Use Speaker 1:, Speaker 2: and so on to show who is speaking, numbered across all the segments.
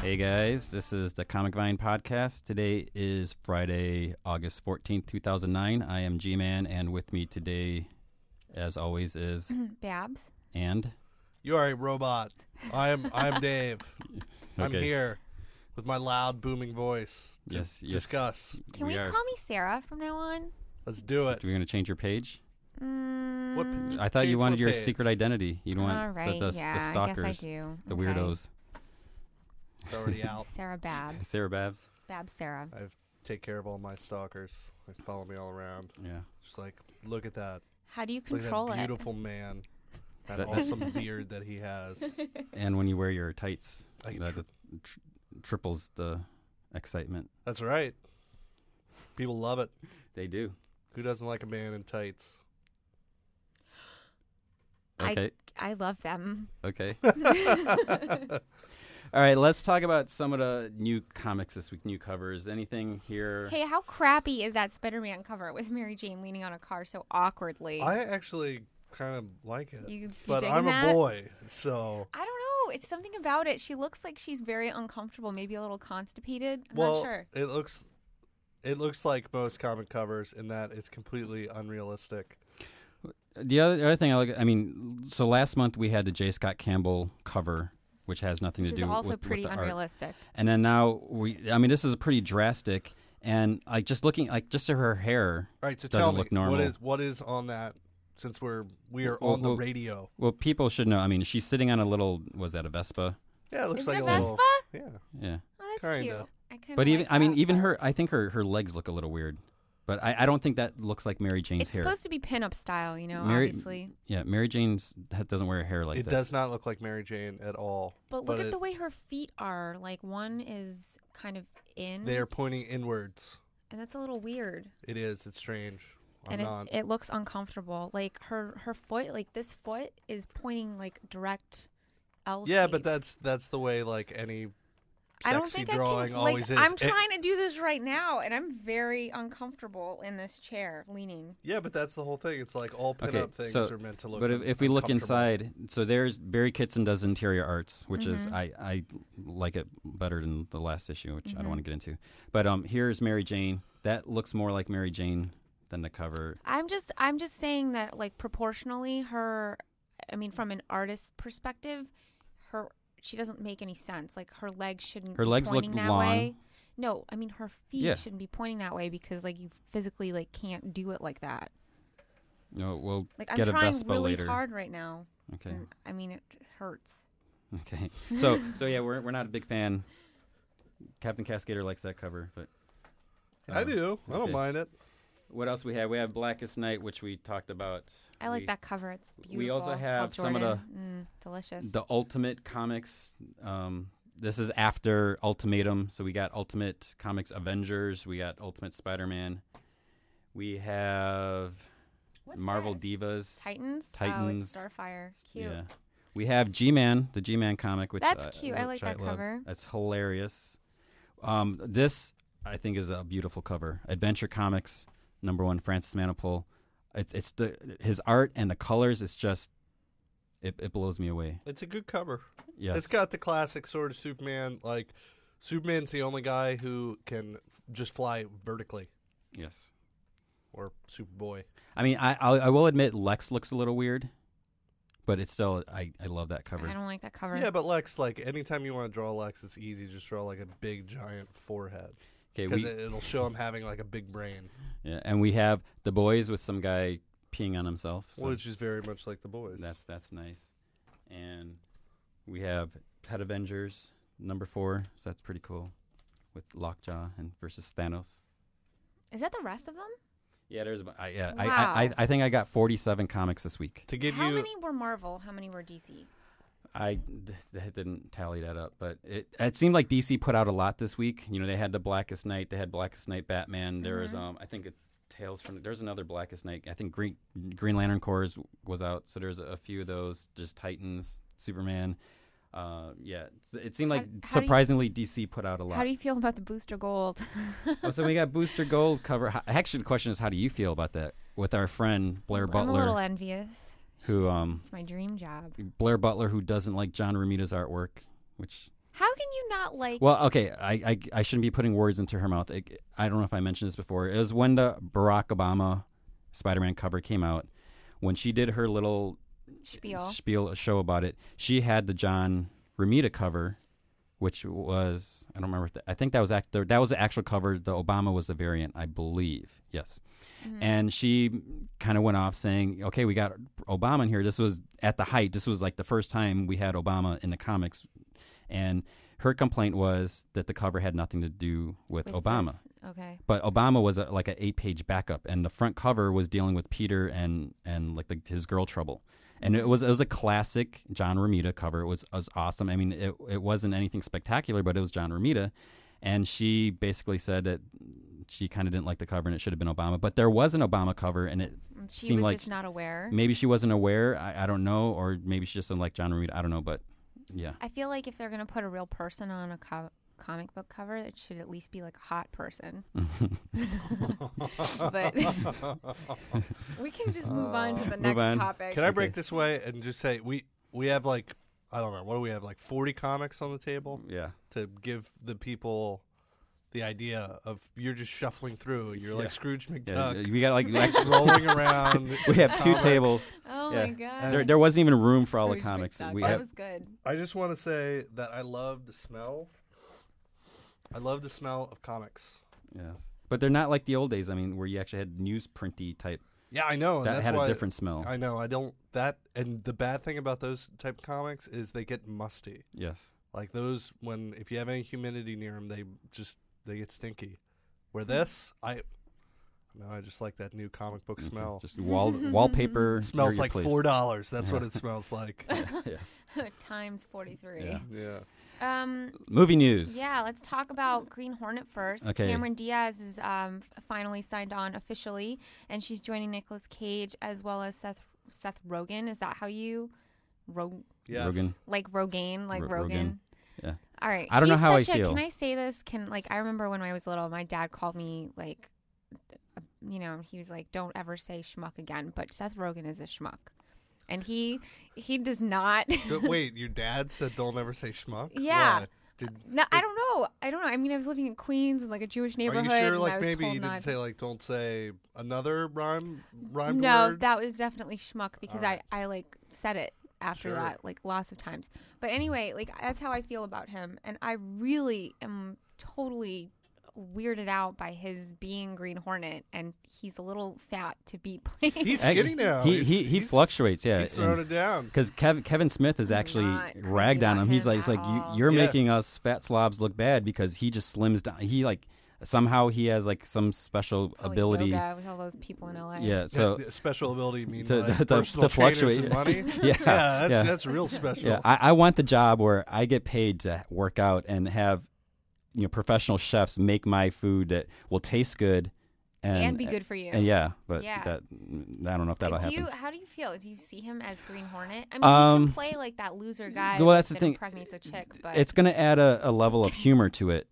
Speaker 1: Hey guys, this is the Comic Vine podcast. Today is Friday, August 14th, 2009. I am G Man, and with me today, as always, is
Speaker 2: Mm-hmm. Babs.
Speaker 1: and
Speaker 3: You are a robot. I'm I'm Dave. I'm
Speaker 1: Okay.
Speaker 3: here with my loud booming voice. to
Speaker 1: Yes, yes.
Speaker 3: Discuss.
Speaker 2: Can we,
Speaker 1: are-
Speaker 2: call me Sarah from now on?
Speaker 3: Let's do it.
Speaker 1: We're going to change your page.
Speaker 2: Mm,
Speaker 3: What
Speaker 1: I thought you
Speaker 3: Change
Speaker 1: wanted
Speaker 3: what
Speaker 1: your
Speaker 3: page?
Speaker 1: secret identity. You don't want
Speaker 2: all right.
Speaker 1: the, the,
Speaker 2: yeah,
Speaker 1: the stalkers,
Speaker 2: I guess I do.
Speaker 1: the
Speaker 2: Okay.
Speaker 1: weirdos.
Speaker 3: It's already out.
Speaker 2: Sarah Babs.
Speaker 1: Sarah Babs.
Speaker 2: Babs Sarah.
Speaker 3: I've take care of all my stalkers. They follow me all around.
Speaker 1: Yeah.
Speaker 3: Just like look at that.
Speaker 2: How do you
Speaker 3: Look at
Speaker 2: control
Speaker 3: that
Speaker 2: it?
Speaker 3: beautiful man. That
Speaker 1: That-
Speaker 3: awesome beard that he has.
Speaker 1: And when you wear your tights,
Speaker 3: I
Speaker 1: that
Speaker 3: tr-
Speaker 1: tr- triples the excitement.
Speaker 3: That's right. People love it.
Speaker 1: They do.
Speaker 3: Who doesn't like a man in tights?
Speaker 2: I-
Speaker 1: Okay.
Speaker 2: I love them.
Speaker 1: Okay. All right, let's talk about some of the new comics this week, new covers. Anything here?
Speaker 2: Hey, how crappy is that Spider-Man cover with Mary Jane leaning on a car so awkwardly?
Speaker 3: I actually kind of like it.
Speaker 2: You- you
Speaker 3: but
Speaker 2: digging
Speaker 3: I'm
Speaker 2: that?
Speaker 3: a boy, so
Speaker 2: I don't know. It's something about it. She looks like she's very uncomfortable, maybe a little constipated. I'm
Speaker 3: well,
Speaker 2: not sure.
Speaker 3: it looks it looks like most comic covers in that it's completely unrealistic.
Speaker 1: The other, the other thing I like, I mean, so last month we had the J. Scott Campbell cover, which has nothing
Speaker 2: Which
Speaker 1: to
Speaker 2: is
Speaker 1: do
Speaker 2: also
Speaker 1: with, with
Speaker 2: pretty
Speaker 1: the art.
Speaker 2: unrealistic.
Speaker 1: And then now we, I mean, this is pretty drastic. And like just looking, like just her hair.
Speaker 3: All right, so
Speaker 1: Doesn't
Speaker 3: tell
Speaker 1: look
Speaker 3: me
Speaker 1: normal.
Speaker 3: what is what is on that since we're we are
Speaker 1: Well,
Speaker 3: on the
Speaker 1: well-
Speaker 3: radio.
Speaker 1: Well, people should know. I mean, she's sitting on a little. Was that a Vespa?
Speaker 3: Yeah, it looks
Speaker 2: Is
Speaker 3: like
Speaker 2: it
Speaker 3: a
Speaker 2: Vespa?
Speaker 3: little Yeah.
Speaker 1: Yeah.
Speaker 2: Oh, that's
Speaker 3: Kinda.
Speaker 2: cute. I kinda
Speaker 1: But even,
Speaker 2: like
Speaker 1: I mean,
Speaker 2: that,
Speaker 1: even
Speaker 2: but-
Speaker 1: her. I think her her legs look a little weird. But I, I don't think that looks like Mary Jane's
Speaker 2: It's
Speaker 1: hair.
Speaker 2: supposed to be pinup style, you know.
Speaker 1: Mary-
Speaker 2: obviously,
Speaker 1: yeah, Mary Jane's ha- doesn't wear hair like
Speaker 3: it
Speaker 1: that.
Speaker 3: does not look like Mary Jane at all.
Speaker 2: But look at
Speaker 3: it-
Speaker 2: the way her feet are. Like one is kind of in,
Speaker 3: they are pointing inwards.
Speaker 2: and that's a little weird.
Speaker 3: It is, it's strange. I'm
Speaker 2: and
Speaker 3: not
Speaker 2: it, it looks uncomfortable. Like her her foot, like this foot is pointing like direct L.
Speaker 3: Yeah, but
Speaker 2: shape.
Speaker 3: that's that's the way like any sexy
Speaker 2: I don't think I
Speaker 3: drawing
Speaker 2: can. Like
Speaker 3: always is.
Speaker 2: I'm
Speaker 3: It-
Speaker 2: trying to do this right now, and I'm very uncomfortable in this chair leaning.
Speaker 3: yeah, but that's the whole thing. It's like all pinup
Speaker 1: Okay,
Speaker 3: up things
Speaker 1: so-
Speaker 3: are meant to look.
Speaker 1: But if, if we look
Speaker 3: uncomfortable.
Speaker 1: inside, so there's Barry Kitson does interior arts, which is
Speaker 2: Mm-hmm.
Speaker 1: I, I like it better than the last issue, which I
Speaker 2: Mm-hmm.
Speaker 1: don't want to get into. But um, here's Mary Jane. That looks more like Mary Jane than the cover.
Speaker 2: I'm just I'm just saying that like proportionally her I mean from an artist's perspective her she doesn't make any sense like her legs shouldn't
Speaker 1: Her
Speaker 2: be
Speaker 1: legs look
Speaker 2: pointing that
Speaker 1: long.
Speaker 2: way. No, I mean her feet
Speaker 1: Yeah.
Speaker 2: shouldn't be pointing that way because like you physically like can't do it like that.
Speaker 1: No, we'll
Speaker 2: Like I'm
Speaker 1: get a
Speaker 2: trying
Speaker 1: Vespa
Speaker 2: really
Speaker 1: later.
Speaker 2: hard right now.
Speaker 1: Okay,
Speaker 2: And, I mean it hurts.
Speaker 1: okay. So so yeah, we're we're not a big fan. Captain Cascader likes that cover, but
Speaker 3: I do. I don't
Speaker 1: okay.
Speaker 3: mind it.
Speaker 1: what else we have? We have Blackest Night, which we talked about.
Speaker 2: I like
Speaker 1: We-
Speaker 2: that cover. It's beautiful.
Speaker 1: we also have some of
Speaker 2: mm, delicious.
Speaker 1: the Ultimate Comics. Um, this is after Ultimatum, so we got Ultimate Comics Avengers, we got Ultimate Spider-Man, we have
Speaker 2: What's
Speaker 1: Marvel
Speaker 2: that?
Speaker 1: Divas,
Speaker 2: Titans.
Speaker 1: Titans.
Speaker 2: Oh, it's Starfire. Cute.
Speaker 1: yeah. We have G-Man, the G-Man comic, which
Speaker 2: That's
Speaker 1: I-
Speaker 2: cute. I
Speaker 1: which
Speaker 2: like that
Speaker 1: love.
Speaker 2: cover.
Speaker 1: That's hilarious. Um, this I think is a beautiful cover. Adventure Comics, number one, Francis Manipul. It's it's the his art and the colors. It's just it, it blows me away.
Speaker 3: It's a good cover.
Speaker 1: Yes.
Speaker 3: It's got the classic sort of Superman. Like Superman's the only guy who can f- just fly vertically,
Speaker 1: yes.
Speaker 3: or Superboy.
Speaker 1: I mean, I I'll, I will admit Lex looks a little weird, but it's still I, I love that cover.
Speaker 2: I don't like that cover.
Speaker 3: Yeah, but Lex, like anytime you want to draw Lex, it's easy. Just draw like a big giant forehead
Speaker 1: Okay,
Speaker 3: because
Speaker 1: we
Speaker 3: it, it'll show him having like a big brain,
Speaker 1: yeah, and we have the boys with some guy peeing on himself. so
Speaker 3: which is very much like the boys.
Speaker 1: that's that's nice, and we have Pet Avengers number four, so that's pretty cool, with Lockjaw and versus Thanos.
Speaker 2: Is that the rest of them?
Speaker 1: Yeah, there's a- I, yeah,
Speaker 2: Wow.
Speaker 1: I, I I think I got 47 comics this week.
Speaker 3: to give
Speaker 2: how
Speaker 3: you.
Speaker 2: many were Marvel? How many were DC?
Speaker 1: I d- that didn't tally that up, but it it seemed like DC put out a lot this week. You know, they had the Blackest Night, they had Blackest Night Batman. There
Speaker 2: Mm-hmm.
Speaker 1: was um, I think it Tales from there's another Blackest Night. I think Green Green Lantern Corps was out, so there's a few of those. Just Titans, Superman. Uh, yeah, it's- it seemed like
Speaker 2: How- how do you-
Speaker 1: surprisingly DC put out a lot.
Speaker 2: How do you feel about the Booster Gold?
Speaker 1: oh, so we got Booster Gold cover. Ho- Actually, the question is, how do you feel about that with our friend Blair
Speaker 2: I'm a little
Speaker 1: Butler,
Speaker 2: envious.
Speaker 1: who um
Speaker 2: It's my dream job.
Speaker 1: Blair Butler who doesn't like John Romita's artwork, which
Speaker 2: How can you not like?
Speaker 1: Well, okay, I, I, I shouldn't be putting words into her mouth. I, I don't know if I mentioned this before. It was when the Barack Obama Spider Man cover came out. When she did her little
Speaker 2: Spiel.
Speaker 1: spiel show about it, she had the John Romita cover, which was I don't remember. If the, I think that was act, that was the actual cover. The Obama was the variant, I believe. Yes,
Speaker 2: Mm-hmm.
Speaker 1: and she kind of went off saying, "Okay, we got Obama in here. This was at the height. This was like the first time we had Obama in the comics." And her complaint was that the cover had nothing to do with,
Speaker 2: with
Speaker 1: Obama.
Speaker 2: this? Okay.
Speaker 1: But Obama was a, like an eight-page backup, and the front cover was dealing with Peter and and like the, his girl trouble, and it was it was a classic John Romita cover. It was, was awesome. I mean, it it wasn't anything spectacular, but it was John Romita, and she basically said that she kind of didn't like the cover and it should have been Obama. But there was an Obama cover, and it
Speaker 2: And She
Speaker 1: seemed
Speaker 2: was
Speaker 1: like
Speaker 2: just not aware.
Speaker 1: maybe she wasn't aware. I, I don't know, or maybe she just didn't like John Romita. I don't know, but yeah,
Speaker 2: I feel like if they're gonna put a real person on a co- comic book cover, it should at least be like a hot person. but we can just move on to the next
Speaker 1: on.
Speaker 2: topic.
Speaker 3: Can I break this way and just say we we have like I don't know what do we have like forty comics on the table
Speaker 1: yeah.
Speaker 3: to give the people the idea of you're just shuffling through. You're
Speaker 1: Yeah.
Speaker 3: like Scrooge
Speaker 1: Yeah,
Speaker 3: McDuck
Speaker 1: we got like, like
Speaker 3: rolling around.
Speaker 1: we have two
Speaker 3: comics.
Speaker 1: tables.
Speaker 2: oh
Speaker 1: Yeah.
Speaker 2: my god!
Speaker 1: There, there wasn't even room for all the
Speaker 2: Scrooge
Speaker 1: comics.
Speaker 2: McDuck.
Speaker 1: We
Speaker 2: that
Speaker 1: have,
Speaker 2: was good.
Speaker 3: I just want to say that I love the smell. I love the smell of comics.
Speaker 1: yes. But they're not like the old days. I mean, where you actually had newsprinty type
Speaker 3: Yeah, I know. Oh, And
Speaker 1: that
Speaker 3: that's
Speaker 1: had
Speaker 3: why
Speaker 1: a different smell.
Speaker 3: I know. I don't that. And the bad thing about those type of comics is they get musty.
Speaker 1: yes.
Speaker 3: Like those when if you have any humidity near them, they just they get stinky. Where
Speaker 1: Hmm.
Speaker 3: this, I no, I just like that new comic book smell.
Speaker 1: Just wall wallpaper
Speaker 3: It smells
Speaker 1: area
Speaker 3: like
Speaker 1: place.
Speaker 3: four dollars. That's what it smells like.
Speaker 1: yes.
Speaker 2: Times forty three.
Speaker 1: Yeah.
Speaker 3: Yeah.
Speaker 2: Um,
Speaker 1: Movie news.
Speaker 2: yeah, let's talk about Green Hornet first.
Speaker 1: Okay.
Speaker 2: Cameron Diaz is um, f- finally signed on officially, and she's joining Nicolas Cage as well as Seth Seth Rogen. Is that how you, Ro-
Speaker 3: Yes.
Speaker 1: Rogan.
Speaker 2: like Rogaine, like
Speaker 1: Ro-
Speaker 2: Rogan?
Speaker 1: Rogan. Yeah.
Speaker 2: All right.
Speaker 1: I don't know
Speaker 2: He's
Speaker 1: how I
Speaker 2: such a-
Speaker 1: feel.
Speaker 2: Can I say this? Can like I remember when I was little, my dad called me like, uh, you know, he was like, "Don't ever say schmuck again." But Seth Rogen is a schmuck, and he he does not.
Speaker 3: D- Wait, your dad said don't ever say schmuck.
Speaker 2: Yeah.
Speaker 3: Why? Did,
Speaker 2: No, I don't know. I don't know. I mean, I was living in Queens in like a Jewish
Speaker 3: are
Speaker 2: neighborhood.
Speaker 3: you sure?
Speaker 2: and I
Speaker 3: Like
Speaker 2: was
Speaker 3: maybe
Speaker 2: told
Speaker 3: you
Speaker 2: not.
Speaker 3: didn't say like don't say another rhyme rhyme
Speaker 2: no,
Speaker 3: word.
Speaker 2: that was definitely schmuck because
Speaker 3: Alright.
Speaker 2: I I like said it after
Speaker 3: Sure.
Speaker 2: that like lots of times. But anyway, like that's how I feel about him, and I really am totally weirded out by his being Green Hornet, and he's a little fat to be playing.
Speaker 3: he's
Speaker 1: Ac-
Speaker 3: skinny now.
Speaker 1: He
Speaker 3: He's-
Speaker 1: he, he
Speaker 3: he's-
Speaker 1: fluctuates. Yeah.
Speaker 3: He's throwing it down.
Speaker 1: Because Kevin Kevin Smith has
Speaker 2: I'm
Speaker 1: actually
Speaker 2: not crazy
Speaker 1: ragged on
Speaker 2: about
Speaker 1: him. He's
Speaker 2: him
Speaker 1: like, he's
Speaker 2: at
Speaker 1: like you,
Speaker 2: all.
Speaker 1: you're
Speaker 3: Yeah.
Speaker 1: making us fat slobs look bad because he just slims down. He like somehow he has like some special
Speaker 2: Probably
Speaker 1: ability.
Speaker 2: Oh, yoga with all those people in LA.
Speaker 1: Yeah.
Speaker 3: Yeah,
Speaker 1: So
Speaker 3: the special ability means
Speaker 1: to-
Speaker 3: like
Speaker 1: to- to-
Speaker 3: personal
Speaker 1: to
Speaker 3: trainers
Speaker 1: fluctuate.
Speaker 3: and money.
Speaker 1: yeah.
Speaker 3: that's
Speaker 1: yeah.
Speaker 3: that's real special.
Speaker 1: Yeah, I, I want the job where I get paid to work out and have you know professional chefs make my food that will taste good and,
Speaker 2: and, be good for you.
Speaker 1: And yeah, but
Speaker 2: Yeah.
Speaker 1: that I don't know if that'll
Speaker 2: do
Speaker 1: happen.
Speaker 2: you? How do you feel? Do you see him as Green Hornet? I mean, he
Speaker 1: Um,
Speaker 2: can play like that loser guy.
Speaker 1: well, that's the
Speaker 2: that
Speaker 1: thing.
Speaker 2: Impregnates a chick, but
Speaker 1: it's going to add a, a level of humor to it,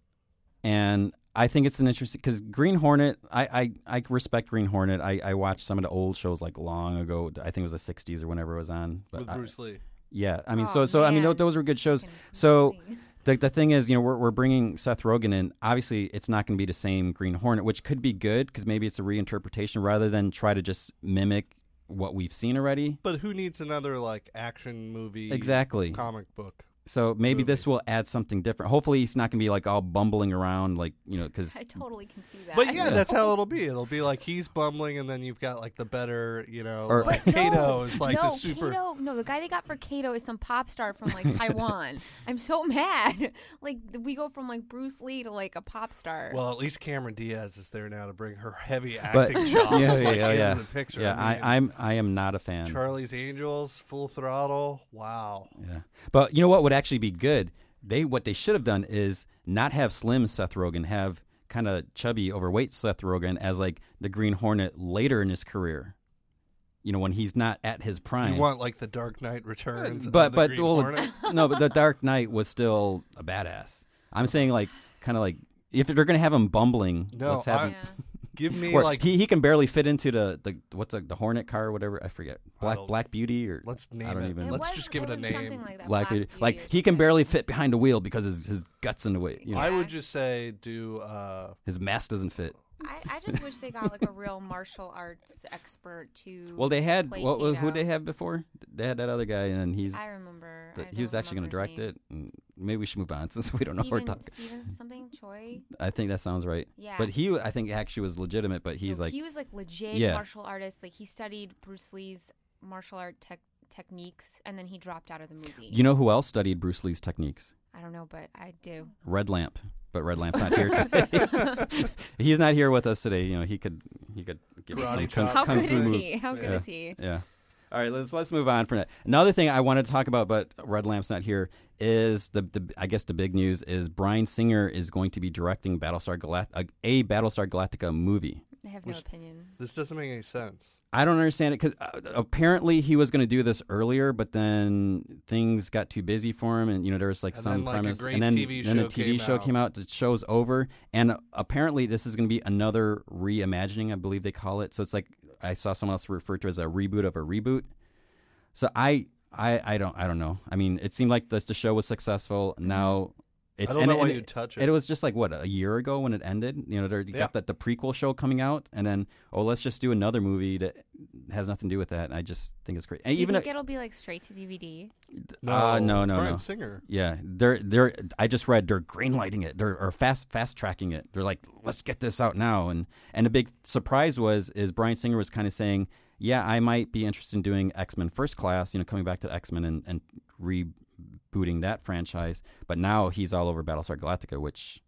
Speaker 1: and I think it's an interesting because Green Hornet. I, I I respect Green Hornet. I I watched some of the old shows like long ago. I think it was the '60s or whenever it was on. But
Speaker 3: with
Speaker 1: I-
Speaker 3: Bruce Lee.
Speaker 1: yeah, I mean,
Speaker 2: Aw,
Speaker 1: so so I mean,
Speaker 2: Oh, man.
Speaker 1: tho- those were good shows.
Speaker 2: Fucking
Speaker 1: So.
Speaker 2: amazing.
Speaker 1: The, the thing is, you know, we're, we're bringing Seth Rogen in. Obviously, it's not going to be the same Green Hornet, which could be good because maybe it's a reinterpretation rather than try to just mimic what we've seen already.
Speaker 3: But who needs another like action movie?
Speaker 1: Exactly.
Speaker 3: Comic book.
Speaker 1: So maybe this will add something different. Hopefully, he's not going to be like all bumbling around, like you know, because
Speaker 2: I totally can see that.
Speaker 3: But yeah, that's how it'll be. It'll be like he's bumbling, and then you've got like the better, you know,
Speaker 1: Or-
Speaker 3: like
Speaker 2: No,
Speaker 3: Kato is like
Speaker 2: no,
Speaker 3: the super.
Speaker 2: Kato, no, the guy they got for Kato is some pop star from like Taiwan. I'm so mad. Like we go from like Bruce Lee to like a pop star.
Speaker 3: Well, at least Cameron Diaz is there now to bring her heavy
Speaker 1: but
Speaker 3: acting
Speaker 1: yeah,
Speaker 3: chops
Speaker 1: yeah,
Speaker 3: like,
Speaker 1: yeah,
Speaker 3: into
Speaker 1: yeah.
Speaker 3: the picture.
Speaker 1: yeah.
Speaker 3: I mean,
Speaker 1: I, I'm I am not a fan.
Speaker 3: Charlie's Angels, Full Throttle. Wow.
Speaker 1: Yeah. But you know what would actually be good? They what they should have done is not have slim Seth Rogen, have kind of chubby, overweight Seth Rogen as like the Green Hornet later in his career. You know, when he's not at his prime.
Speaker 3: You want like the Dark Knight Returns, of
Speaker 1: but
Speaker 3: the
Speaker 1: but
Speaker 3: Green
Speaker 1: well,
Speaker 3: Hornet?
Speaker 1: no, but the Dark Knight was still a badass. I'm saying like kind of like if they're gonna have him bumbling,
Speaker 3: No,
Speaker 1: let's have
Speaker 3: I-
Speaker 1: him.
Speaker 3: Give me
Speaker 1: Or
Speaker 3: like
Speaker 1: he, he can barely fit into the, the what's like the Hornet car or whatever I forget Black
Speaker 3: don't-
Speaker 1: Black Beauty or
Speaker 3: let's name
Speaker 1: don't
Speaker 3: it.
Speaker 1: even-
Speaker 2: It
Speaker 1: Let's
Speaker 2: was-
Speaker 3: just give it a
Speaker 2: was
Speaker 3: name.
Speaker 2: something like
Speaker 1: Black
Speaker 2: that. Black
Speaker 1: Beauty.
Speaker 2: Beauty
Speaker 1: Like
Speaker 2: or
Speaker 1: he can
Speaker 2: something.
Speaker 1: barely fit behind the wheel because his his guts in the way. You know,
Speaker 2: Yeah.
Speaker 3: I would just say do uh
Speaker 1: his mask doesn't fit.
Speaker 2: I, I just wish they got like a real martial arts expert to.
Speaker 1: Well, they had
Speaker 2: play
Speaker 1: what was- who
Speaker 2: Keto.
Speaker 1: they have before? They had that other guy, and he's
Speaker 2: I remember.
Speaker 1: that
Speaker 2: I
Speaker 1: he was
Speaker 2: don't
Speaker 1: actually going to
Speaker 2: remember his
Speaker 1: direct it.
Speaker 2: name.
Speaker 1: And maybe we should move on since we don't know what we're
Speaker 2: Steven-
Speaker 1: talking.
Speaker 2: Steven something Choi.
Speaker 1: I think that sounds right.
Speaker 2: Yeah.
Speaker 1: But he, I think, actually was legitimate. But he's
Speaker 2: No,
Speaker 1: like,
Speaker 2: he was like legit
Speaker 1: Yeah.
Speaker 2: martial artist. Like he studied Bruce Lee's martial art tech techniques, and then he dropped out of the movie.
Speaker 1: you know who else studied Bruce Lee's techniques?
Speaker 2: I don't know, but I do.
Speaker 1: Red Lamp. But Red Lamp's not here today. he's not here with us today. You know, he could he could give us some
Speaker 3: Karate
Speaker 1: kung,
Speaker 3: chop.
Speaker 2: How
Speaker 1: kung
Speaker 2: good
Speaker 1: fu
Speaker 2: is
Speaker 1: move.
Speaker 2: he? How good
Speaker 1: Yeah.
Speaker 2: is he?
Speaker 1: Yeah. All right, let's let's move on from that. Another thing I wanted to talk about, but Red Lamp's not here, is the, the I guess the big news is Brian Singer is going to be directing Battlestar Galact- a, a Battlestar Galactica movie.
Speaker 2: I have no
Speaker 3: Which-
Speaker 2: opinion.
Speaker 3: this doesn't make any sense.
Speaker 1: I don't understand it because uh, apparently he was going to do this earlier, but then things got too busy for him, and you know there was like
Speaker 3: And
Speaker 1: some
Speaker 3: then, like, a
Speaker 1: premise,
Speaker 3: great
Speaker 1: and then,
Speaker 3: TV
Speaker 1: then the
Speaker 3: show
Speaker 1: TV
Speaker 3: came
Speaker 1: show
Speaker 3: out.
Speaker 1: came out. The show's over, and apparently this is going to be another reimagining, I believe they call it. So it's like I saw someone else refer to it as a reboot of a reboot. So I, I, I don't, I don't know. I mean, it seemed like the, the show was successful. Now, it's,
Speaker 3: I don't
Speaker 1: and-
Speaker 3: know why
Speaker 1: and
Speaker 3: you
Speaker 1: it-
Speaker 3: touch it.
Speaker 1: it was just like what a year ago when it ended. You know, there, you
Speaker 3: Yeah.
Speaker 1: got that the prequel show coming out, and then oh, let's just do another movie that has nothing to do with that. And I just think it's great. And
Speaker 2: Do you
Speaker 1: even
Speaker 2: think
Speaker 1: uh,
Speaker 2: it'll be like straight to DVD?
Speaker 1: uh, no, no,
Speaker 3: Bryan
Speaker 1: no.
Speaker 3: Singer.
Speaker 1: yeah, they're they're. I just read they're greenlighting it. They're or fast fast tracking it. They're like, let's get this out now. And and the big surprise was is Brian Singer was kind of saying, yeah, I might be interested in doing X Men First Class. You know, coming back to X Men and and rebooting that franchise. But now he's all over Battlestar Galactica, which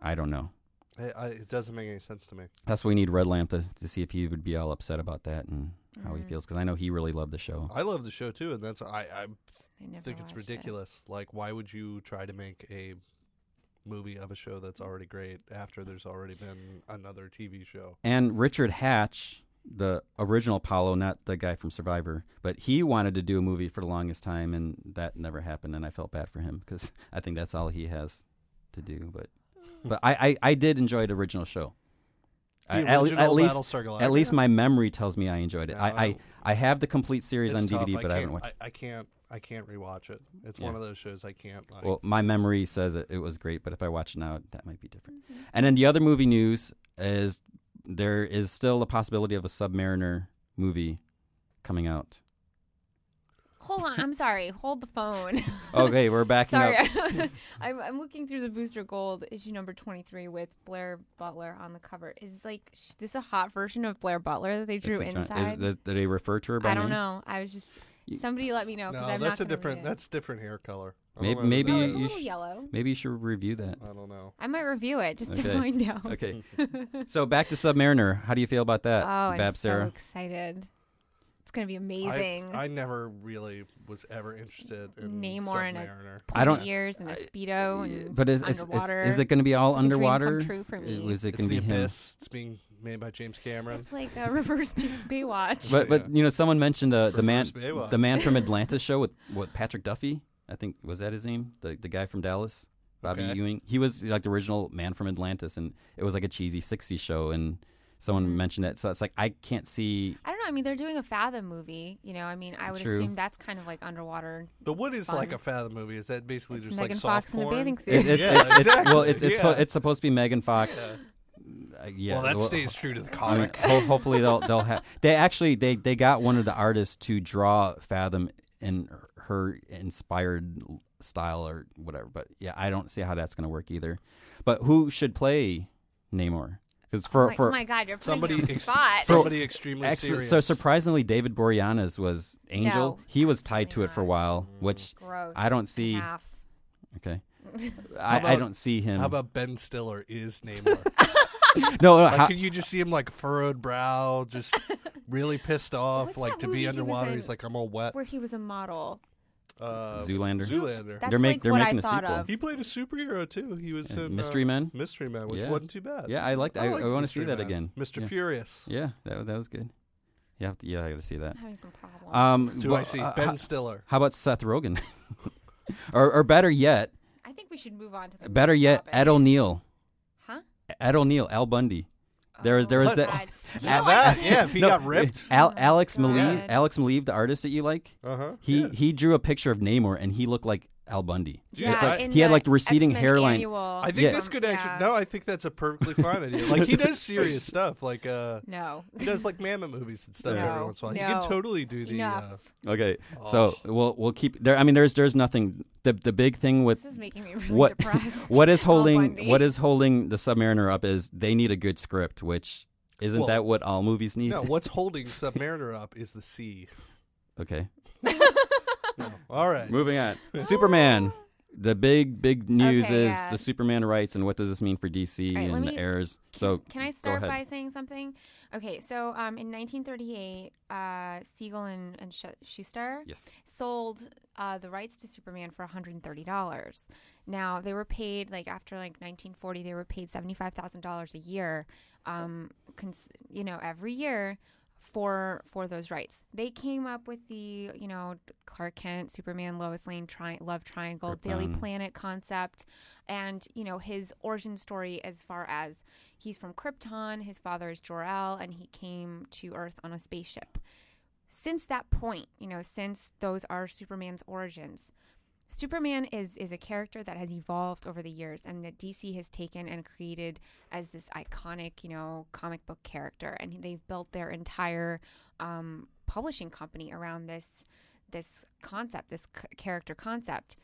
Speaker 1: I don't know.
Speaker 3: I, I, it doesn't make any sense to me.
Speaker 1: That's why we need Red Lamp to, to see if he would be all upset about that and how he
Speaker 2: Mm.
Speaker 1: feels because I know he really loved the show.
Speaker 3: I love the show too, and that's I, I
Speaker 2: I never
Speaker 3: think it's
Speaker 2: watched it.
Speaker 3: ridiculous. Like, why would you try to make a movie of a show that's already great after there's already been another TV show?
Speaker 1: And Richard Hatch, the original Apollo, not the guy from Survivor, but he wanted to do a movie for the longest time and that never happened. And I felt bad for him because I think that's all he has to do. But but I, I, I did enjoy the original show. I-
Speaker 3: The
Speaker 1: at-
Speaker 3: original
Speaker 1: at least
Speaker 3: Battlestar Galactica.
Speaker 1: at least my memory tells me I enjoyed it.
Speaker 3: No,
Speaker 1: I, I,
Speaker 3: I-
Speaker 1: I have the complete series
Speaker 3: It's
Speaker 1: on
Speaker 3: tough.
Speaker 1: DVD, but I, haven't
Speaker 3: can't-
Speaker 1: watched.
Speaker 3: I, I can't. I can't rewatch it. It's
Speaker 1: Yeah.
Speaker 3: one of those shows I can't. Like,
Speaker 1: Well, my memory says it, it was great, but if I watch it now, that might be different.
Speaker 2: Mm-hmm.
Speaker 1: And then the other movie news is there is still the possibility of a Submariner movie coming out.
Speaker 2: Hold on, I'm sorry. Hold the phone.
Speaker 1: Okay, we're backing
Speaker 2: Sorry,
Speaker 1: up.
Speaker 2: I'm, I'm looking through the Booster Gold issue number 23 with Blair Butler on the cover. Is like sh- this a hot version of Blair Butler that they
Speaker 1: It's
Speaker 2: drew
Speaker 1: a giant- is
Speaker 2: inside?
Speaker 1: the- do they refer to her by
Speaker 2: I don't
Speaker 1: name?
Speaker 2: know. I was just
Speaker 1: You-
Speaker 2: somebody let me know
Speaker 3: no,
Speaker 2: because I'm
Speaker 3: that's
Speaker 2: not
Speaker 3: a
Speaker 2: gonna read
Speaker 3: different.
Speaker 2: it.
Speaker 3: That's different hair color. I
Speaker 1: Maybe-
Speaker 3: don't know if
Speaker 1: maybe
Speaker 2: no,
Speaker 3: it's
Speaker 2: it's a
Speaker 1: you
Speaker 2: little
Speaker 1: sh-
Speaker 2: yellow.
Speaker 1: Maybe you should review that.
Speaker 3: I don't know.
Speaker 2: I might review it just to
Speaker 1: Okay.
Speaker 2: find out.
Speaker 1: Okay. so back to Submariner. How do you feel about that,
Speaker 2: oh, I'm
Speaker 1: Bab
Speaker 2: so
Speaker 1: Sarah?
Speaker 2: excited. It's gonna be
Speaker 3: I-
Speaker 2: amazing.
Speaker 3: I, never really was ever interested in
Speaker 2: Mm. Namor and a-
Speaker 3: Submariner.
Speaker 1: I don't-
Speaker 2: Pointy ears and a
Speaker 1: I-
Speaker 2: speedo
Speaker 1: Yeah,
Speaker 2: and
Speaker 1: but is, is, is,
Speaker 2: underwater.
Speaker 1: is it going to be all
Speaker 2: It's like a dream come
Speaker 1: underwater?
Speaker 2: true for me.
Speaker 1: Is it
Speaker 3: It's
Speaker 1: going to
Speaker 3: the
Speaker 1: be him?
Speaker 3: Abyss. It's being made by James Cameron.
Speaker 2: It's like a reverse Baywatch.
Speaker 1: But but you know, someone mentioned uh, the man
Speaker 3: Reverse Baywatch.
Speaker 1: the man from Atlanta show with what Patrick Duffy. I think was that his name, the the guy from Dallas, Bobby
Speaker 3: Okay.
Speaker 1: Ewing. He was like the original man from Atlantis, and it was like a cheesy '60s show. And
Speaker 3: Mm-hmm.
Speaker 1: someone mentioned it, so it's like I can't see.
Speaker 2: I don't know. I mean, they're doing a Fathom movie. You know, I mean, I would
Speaker 1: True.
Speaker 2: assume that's kind of like underwater.
Speaker 3: But what is like
Speaker 2: Fun.
Speaker 3: a fathom movie? Is that basically
Speaker 2: It's
Speaker 3: just
Speaker 2: Megan
Speaker 3: like
Speaker 2: Fox
Speaker 3: soft
Speaker 2: in a
Speaker 3: porn?
Speaker 2: bathing suit.
Speaker 1: It, it's, it's,
Speaker 3: Yeah,
Speaker 1: it's- well,
Speaker 3: exactly.
Speaker 1: it's it's,
Speaker 3: Yeah.
Speaker 1: spo- it's supposed to be Megan Fox. Uh, yeah,
Speaker 3: Well, that
Speaker 1: well,
Speaker 3: stays true to the
Speaker 1: I mean,
Speaker 3: comic.
Speaker 1: ho- hopefully they'll they'll have. They actually they they got one of the artists to draw Fathom in her inspired style or whatever. But yeah, I don't see how that's going to work either. But who should play Namor? Because for
Speaker 2: oh, my,
Speaker 1: for
Speaker 2: oh my God, you're putting me
Speaker 3: Somebody,
Speaker 2: on the
Speaker 3: ex-
Speaker 2: spot.
Speaker 3: somebody extremely
Speaker 1: ex-
Speaker 3: serious.
Speaker 1: so surprisingly, David Boreanaz was Angel.
Speaker 2: No,
Speaker 1: he was tied to
Speaker 2: absolutely
Speaker 1: it for a
Speaker 2: not. Mm.
Speaker 1: while, which
Speaker 2: Gross.
Speaker 1: I don't see.
Speaker 2: Half.
Speaker 1: Okay, I, I
Speaker 3: about-
Speaker 1: don't see him.
Speaker 3: How about Ben Stiller is Namor?
Speaker 1: no? no
Speaker 3: like,
Speaker 1: how-
Speaker 3: can you just see him like furrowed brow, just really pissed off,
Speaker 2: What's
Speaker 3: like
Speaker 2: that
Speaker 3: to
Speaker 2: movie
Speaker 3: be
Speaker 2: he was
Speaker 3: underwater?
Speaker 2: in?
Speaker 3: He's like, I'm all wet.
Speaker 2: Where he was a model.
Speaker 3: Uh,
Speaker 1: Zoolander.
Speaker 3: Zoolander.
Speaker 2: That's
Speaker 1: They're make-
Speaker 2: like
Speaker 1: they're
Speaker 2: what
Speaker 1: making
Speaker 2: I
Speaker 1: a
Speaker 2: thought
Speaker 1: sequel.
Speaker 2: of.
Speaker 3: he played a superhero too. He was
Speaker 1: Uh,
Speaker 3: in
Speaker 1: Mystery
Speaker 3: uh,
Speaker 1: Men?
Speaker 3: Mystery Man, which
Speaker 1: Yeah.
Speaker 3: wasn't too bad.
Speaker 1: yeah, I liked. I, I
Speaker 3: liked
Speaker 1: want to
Speaker 3: Mystery
Speaker 1: see that
Speaker 3: Man.
Speaker 1: again.
Speaker 3: Mr.
Speaker 1: Yeah.
Speaker 3: Furious.
Speaker 1: Yeah, that, that was good. You have to. Yeah, I got to see that.
Speaker 2: I'm having some problems.
Speaker 1: Um,
Speaker 3: Do
Speaker 1: well,
Speaker 3: I see
Speaker 1: uh,
Speaker 3: Ben
Speaker 1: h-
Speaker 3: Stiller?
Speaker 1: How about Seth Rogen? or, or better yet,
Speaker 2: I think we should move on to the
Speaker 1: better
Speaker 2: next
Speaker 1: yet,
Speaker 2: topic.
Speaker 1: Ed O'Neill.
Speaker 2: Huh? Oh
Speaker 1: Ed O'Neill, Al Bundy. There was- there was that-
Speaker 2: God. Do you
Speaker 1: At
Speaker 2: know
Speaker 3: that,
Speaker 2: I
Speaker 3: yeah, if he
Speaker 1: No,
Speaker 3: got ripped.
Speaker 1: Al- Alex
Speaker 2: Oh God.
Speaker 1: Maleev,
Speaker 2: Yeah.
Speaker 1: Alex Maleev, the artist that you like,
Speaker 3: Uh huh.
Speaker 1: he he drew a picture of Namor, and he looked like Al Bundy.
Speaker 3: Yeah,
Speaker 1: it's like
Speaker 2: in
Speaker 1: he had
Speaker 2: the
Speaker 1: like the receding
Speaker 2: X-Men
Speaker 1: hairline.
Speaker 2: annual.
Speaker 3: I think
Speaker 1: Yeah.
Speaker 3: this could actually.
Speaker 2: Yeah.
Speaker 3: No, I think that's a perfectly fine idea. Like he does serious stuff. Like uh,
Speaker 2: No.
Speaker 3: he does like mammoth movies and stuff every
Speaker 2: No,
Speaker 3: once in a while. You
Speaker 2: no,
Speaker 3: can totally do the. Uh,
Speaker 2: enough.
Speaker 1: Okay,
Speaker 3: Oh.
Speaker 1: so we'll we'll keep there. I mean, there's there's nothing. The the big thing with
Speaker 2: This is making me really
Speaker 1: what
Speaker 2: depressed.
Speaker 1: what is
Speaker 2: Al
Speaker 1: holding
Speaker 2: Bundy.
Speaker 1: what is holding the Submariner up is they need a good script, which isn't
Speaker 3: Well,
Speaker 1: that what all movies need?
Speaker 3: no, what's holding Submariner up is the sea.
Speaker 1: Okay,
Speaker 3: No. All right.
Speaker 1: moving on. Superman. The big big news
Speaker 2: Okay,
Speaker 1: is
Speaker 2: yeah.
Speaker 1: the Superman rights, and what does this mean for DC
Speaker 2: All right, let
Speaker 1: and
Speaker 2: me-
Speaker 1: the heirs? So
Speaker 2: Can I
Speaker 1: go
Speaker 2: start
Speaker 1: ahead.
Speaker 2: by saying something? Okay, so um, in 1938, uh, Siegel and, and Sch- Schuster
Speaker 1: yes,
Speaker 2: sold uh, the rights to Superman for $130. Now, they were paid, like, after, like, 1940, they were paid $75,000 a year, um, cons- you know, every year for for those rights. They came up with the, you know, Clark Kent, Superman, Lois Lane, tri- Love Triangle, Daily
Speaker 1: Krypton.
Speaker 2: Planet concept, and, you know, his origin story as far as he's from Krypton, his father is Jor-El, and he came to Earth on a spaceship since that point, you know, since those are Superman's origins, Superman is is a character that has evolved over the years and that DC has taken and created as this iconic, you know, comic book character and they've built their entire um, publishing company around this this concept, this c- character concept.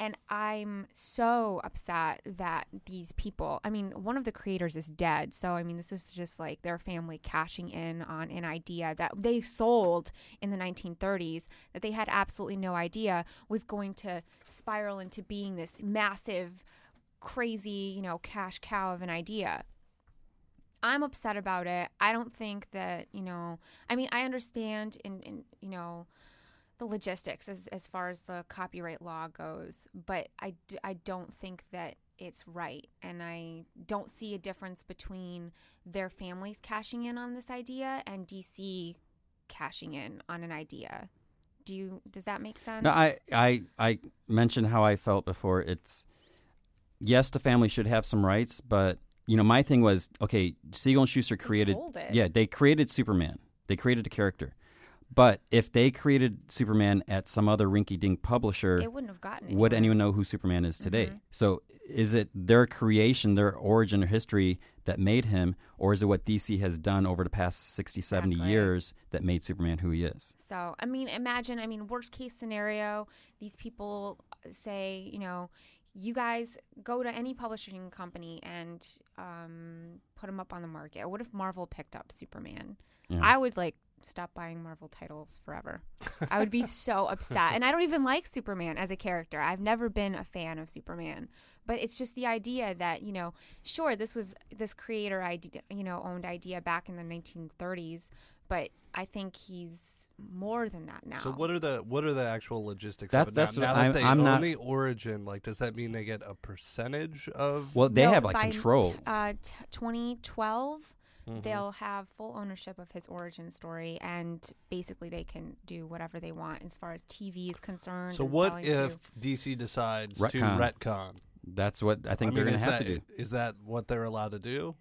Speaker 2: And I'm so upset that these people, I mean, one of the creators is dead. So, I mean, this is just like their family cashing in on an idea that they sold in the 1930s that they had absolutely no idea was going to spiral into being this massive, crazy, you know, cash cow of an idea. I'm upset about it. I don't think that, you know, I mean, I understand in, in you know, the logistics as, as far as the copyright law goes, but I, d- I don't think that it's right. And I don't see a difference between their families cashing in on this idea and DC cashing in on an idea. Do you, does that make sense?
Speaker 1: No, I, I I mentioned how I felt before. It's yes, the family should have some rights, but you know, my thing was okay. Siegel and Schuster created,
Speaker 2: sold it.
Speaker 1: yeah, they created Superman. They created a character, but if they created Superman at some other rinky-dink publisher,
Speaker 2: it wouldn't have gotten
Speaker 1: would
Speaker 2: anywhere.
Speaker 1: anyone know who Superman is today?
Speaker 2: Mm-hmm.
Speaker 1: So is it their creation, their origin or history that made him, or is it what DC has done over the past 60, 70
Speaker 2: Exactly.
Speaker 1: years that made Superman who he is?
Speaker 2: So, I mean, imagine, I mean, worst case scenario, these people say, you know, you guys go to any publishing company and um, put them up on the market. What if Marvel picked up Superman?
Speaker 1: Yeah.
Speaker 2: I would like stop buying Marvel titles forever. I would be so upset. And I don't even like Superman as a character. I've never been a fan of Superman. But it's just the idea that, you know, sure, this was this creator idea, you know, owned idea back in the 1930s, but I think he's more than that now.
Speaker 3: So what are the what are the actual logistics
Speaker 1: That-
Speaker 3: of it
Speaker 1: that's what
Speaker 3: now? Now that
Speaker 1: I'm-
Speaker 3: they
Speaker 1: I'm
Speaker 3: own
Speaker 1: not-
Speaker 3: the origin, like, does that mean they get a percentage of?
Speaker 1: Well, they
Speaker 2: No,
Speaker 1: have like
Speaker 2: by,
Speaker 1: control.
Speaker 2: t- uh, t- 2012,
Speaker 3: Mm-hmm.
Speaker 2: they'll have full ownership of his origin story, and basically they can do whatever they want as far as TV is concerned.
Speaker 3: so
Speaker 2: and
Speaker 3: what
Speaker 2: selling
Speaker 3: if
Speaker 2: to-
Speaker 3: DC decides to
Speaker 1: Retcon.
Speaker 3: retcon?
Speaker 1: That's what I think
Speaker 3: I
Speaker 1: they're going
Speaker 3: mean, is
Speaker 1: to have
Speaker 3: that,
Speaker 1: to do.
Speaker 3: Is that what they're allowed to do?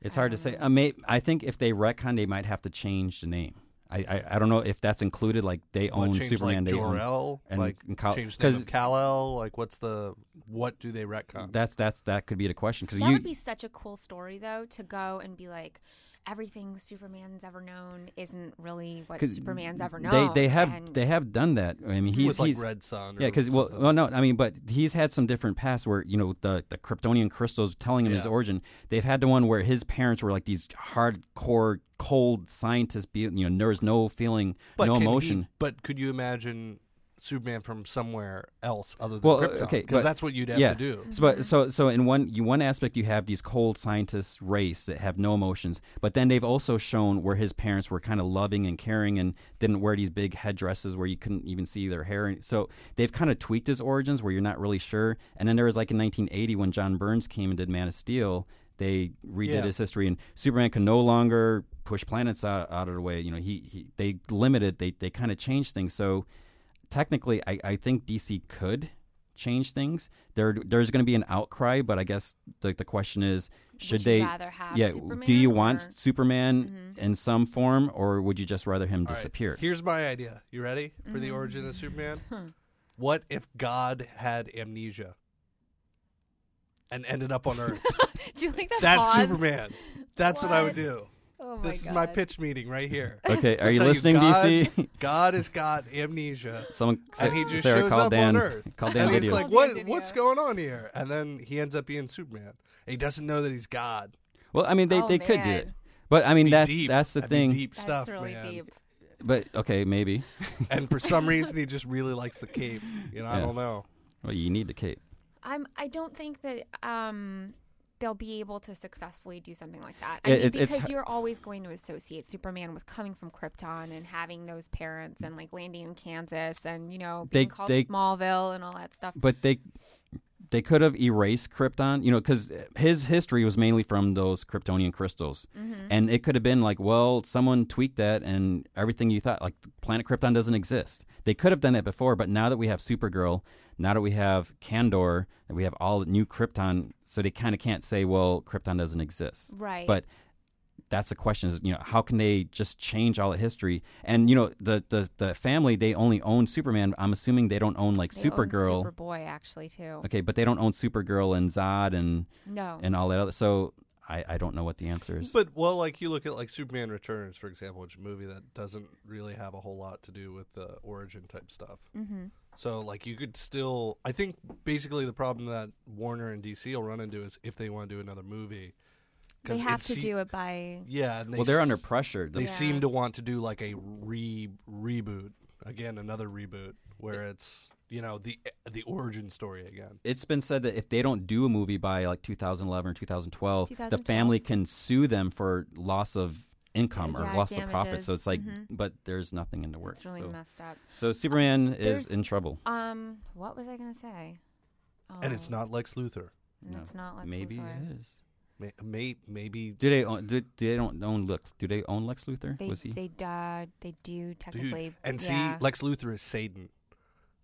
Speaker 1: It's hard to say. I, may, I think if they retcon, they might have to change the name. I, I, I don't know if that's included. Like they
Speaker 3: What,
Speaker 1: own
Speaker 3: change,
Speaker 1: Superman,
Speaker 3: like
Speaker 1: they own
Speaker 3: Jor-El,
Speaker 1: and-
Speaker 3: like
Speaker 1: and Kal-
Speaker 3: change the name
Speaker 1: 'cause-
Speaker 3: of Kal-El. Like, what's the what do they retcon?
Speaker 1: That's that's that could be the question because
Speaker 2: That
Speaker 1: you
Speaker 2: would be such a cool story, though, to go and be like, everything Superman's ever known isn't really what
Speaker 1: 'cause
Speaker 2: Superman's ever
Speaker 1: they
Speaker 2: known.
Speaker 1: they have
Speaker 2: and
Speaker 1: they have done that. I mean, he's
Speaker 3: With like
Speaker 1: he's
Speaker 3: Red Sun. Or
Speaker 1: yeah because well,
Speaker 3: something.
Speaker 1: well no I mean but he's had some different paths where you know the the Kryptonian crystals telling him his
Speaker 3: Yeah.
Speaker 1: origin. They've had the one where his parents were like these hardcore cold scientists. Be, you know there was no feeling,
Speaker 3: But
Speaker 1: no
Speaker 3: can he-
Speaker 1: emotion.
Speaker 3: but could you imagine Superman from somewhere else other than
Speaker 1: Well, uh,
Speaker 3: Krypton?
Speaker 1: okay,
Speaker 3: because
Speaker 1: but-
Speaker 3: that's what you'd have
Speaker 1: yeah.
Speaker 3: to do.
Speaker 1: So, but so so in one you one aspect you have these cold scientists race that have no emotions, but then they've also shown where his parents were kind of loving and caring and didn't wear these big headdresses where you couldn't even see their hair. And so they've kind of tweaked his origins where you're not really sure. And then there was like in 1980 when John Burns came and did Man of Steel, they redid
Speaker 3: Yeah.
Speaker 1: his history and Superman can no longer push planets out, out of the way. You know he, he they limited they they kind of changed things. So technically, I, I think DC could change things. There, there's going to be an outcry, but I guess the, the question is, Should
Speaker 2: Would
Speaker 1: they?
Speaker 2: you rather have
Speaker 1: yeah.
Speaker 2: Superman
Speaker 1: do you
Speaker 2: or-
Speaker 1: want Superman
Speaker 2: Mhm.
Speaker 1: in some form, or would you just rather him
Speaker 3: All right,
Speaker 1: disappear?
Speaker 3: Here's my idea. You ready for the
Speaker 2: Mhm.
Speaker 3: origin
Speaker 1: Mm.
Speaker 3: of Superman?
Speaker 2: Hmm.
Speaker 3: What if God had amnesia and ended up on Earth?
Speaker 2: Do you think that
Speaker 3: That's
Speaker 2: pause?
Speaker 3: Superman. That's what, I would
Speaker 2: What?
Speaker 3: do.
Speaker 2: Oh my
Speaker 3: this
Speaker 2: God.
Speaker 3: is my pitch meeting right here.
Speaker 1: Okay. Are you
Speaker 3: tell you,
Speaker 1: listening,
Speaker 3: God-
Speaker 1: DC?
Speaker 3: God has got amnesia.
Speaker 1: Someone.
Speaker 3: And he just
Speaker 1: Sarah,
Speaker 3: shows
Speaker 1: call
Speaker 3: up
Speaker 1: Dan.
Speaker 3: on Earth.
Speaker 1: Call Dan
Speaker 3: And
Speaker 2: Damn
Speaker 3: he's
Speaker 1: video.
Speaker 2: Call Dan
Speaker 3: like, "What?
Speaker 2: video.
Speaker 3: What's going on here?" And then he ends up being Superman. And he doesn't know that he's God.
Speaker 1: well, I mean, they,
Speaker 2: Oh,
Speaker 1: they could do
Speaker 2: man.
Speaker 1: it, but I mean
Speaker 3: Be
Speaker 1: that
Speaker 3: deep.
Speaker 1: that's the
Speaker 3: That'd be
Speaker 1: thing.
Speaker 3: Deep
Speaker 2: That's
Speaker 3: stuff,
Speaker 2: really
Speaker 3: man.
Speaker 2: deep.
Speaker 1: But okay, maybe.
Speaker 3: And for some reason, he just really likes the cape. You know, I
Speaker 1: Yeah.
Speaker 3: don't know.
Speaker 1: Well, you need the cape.
Speaker 2: I'm. I don't think that um, they'll be able to successfully do something like that. I
Speaker 1: It-
Speaker 2: mean,
Speaker 1: it's- it's
Speaker 2: because
Speaker 1: h-
Speaker 2: you're always going to associate Superman with coming from Krypton and having those parents and like landing in Kansas and you know being
Speaker 1: They-
Speaker 2: called
Speaker 1: they-
Speaker 2: Smallville and all that stuff.
Speaker 1: But they they could have erased Krypton, you know, because his history was mainly from those Kryptonian crystals,
Speaker 2: Mm-hmm.
Speaker 1: and it could have been like, well, someone tweaked that, and everything you thought, like planet Krypton doesn't exist. They could have done that before, but now that we have Supergirl, now that we have Kandor, and we have all new Krypton, so they kind of can't say, well, Krypton doesn't exist.
Speaker 2: Right.
Speaker 1: But that's the question is, you know, how can they just change all the history? And you know, the the, the family they only own Superman. I'm assuming they don't own like
Speaker 2: They own
Speaker 1: Supergirl.
Speaker 2: Superboy, actually, too.
Speaker 1: okay, but they don't own Supergirl and Zod and
Speaker 2: No.
Speaker 1: and all that other. So I I don't know what the answer is.
Speaker 3: But well, like you look at like Superman Returns, for example, which is a movie that doesn't really have a whole lot to do with the origin type stuff.
Speaker 2: mm-hmm.
Speaker 3: So like you could still, I think basically the problem that Warner and DC will run into is if they want to do another movie,
Speaker 2: They
Speaker 3: 'cause
Speaker 2: have
Speaker 3: it
Speaker 2: to
Speaker 3: se-
Speaker 2: do it by.
Speaker 3: Yeah, and they
Speaker 1: well, they're under
Speaker 3: s-
Speaker 1: pressure.
Speaker 3: They
Speaker 1: The-
Speaker 2: Yeah.
Speaker 3: seem to want to do like a re reboot again, another reboot where it's you know the eh, the origin story again.
Speaker 1: It's been said that if they don't do a movie by like 2011 or 2012, the
Speaker 2: 2012.
Speaker 1: family can sue them for loss of income or
Speaker 2: Yeah,
Speaker 1: loss of profit.
Speaker 2: damages.
Speaker 1: So it's like,
Speaker 2: Mhm.
Speaker 1: but there's nothing in the works.
Speaker 2: It's really
Speaker 1: so.
Speaker 2: messed up.
Speaker 1: so Superman is
Speaker 2: There's-
Speaker 1: in trouble.
Speaker 2: Um, what was I gonna say?
Speaker 3: And it's
Speaker 2: Oh,
Speaker 3: not Lex Luthor.
Speaker 2: and
Speaker 1: No,
Speaker 2: it's not. Lex
Speaker 1: Maybe
Speaker 2: Luthor.
Speaker 1: it is.
Speaker 3: May, may, maybe
Speaker 1: Do they own, do, do they don't own Lex? Do they own Lex Luthor?
Speaker 2: They
Speaker 1: Was he?
Speaker 2: they uh, they do technically.
Speaker 3: dude. And
Speaker 2: yeah.
Speaker 3: see, Lex Luthor is Satan.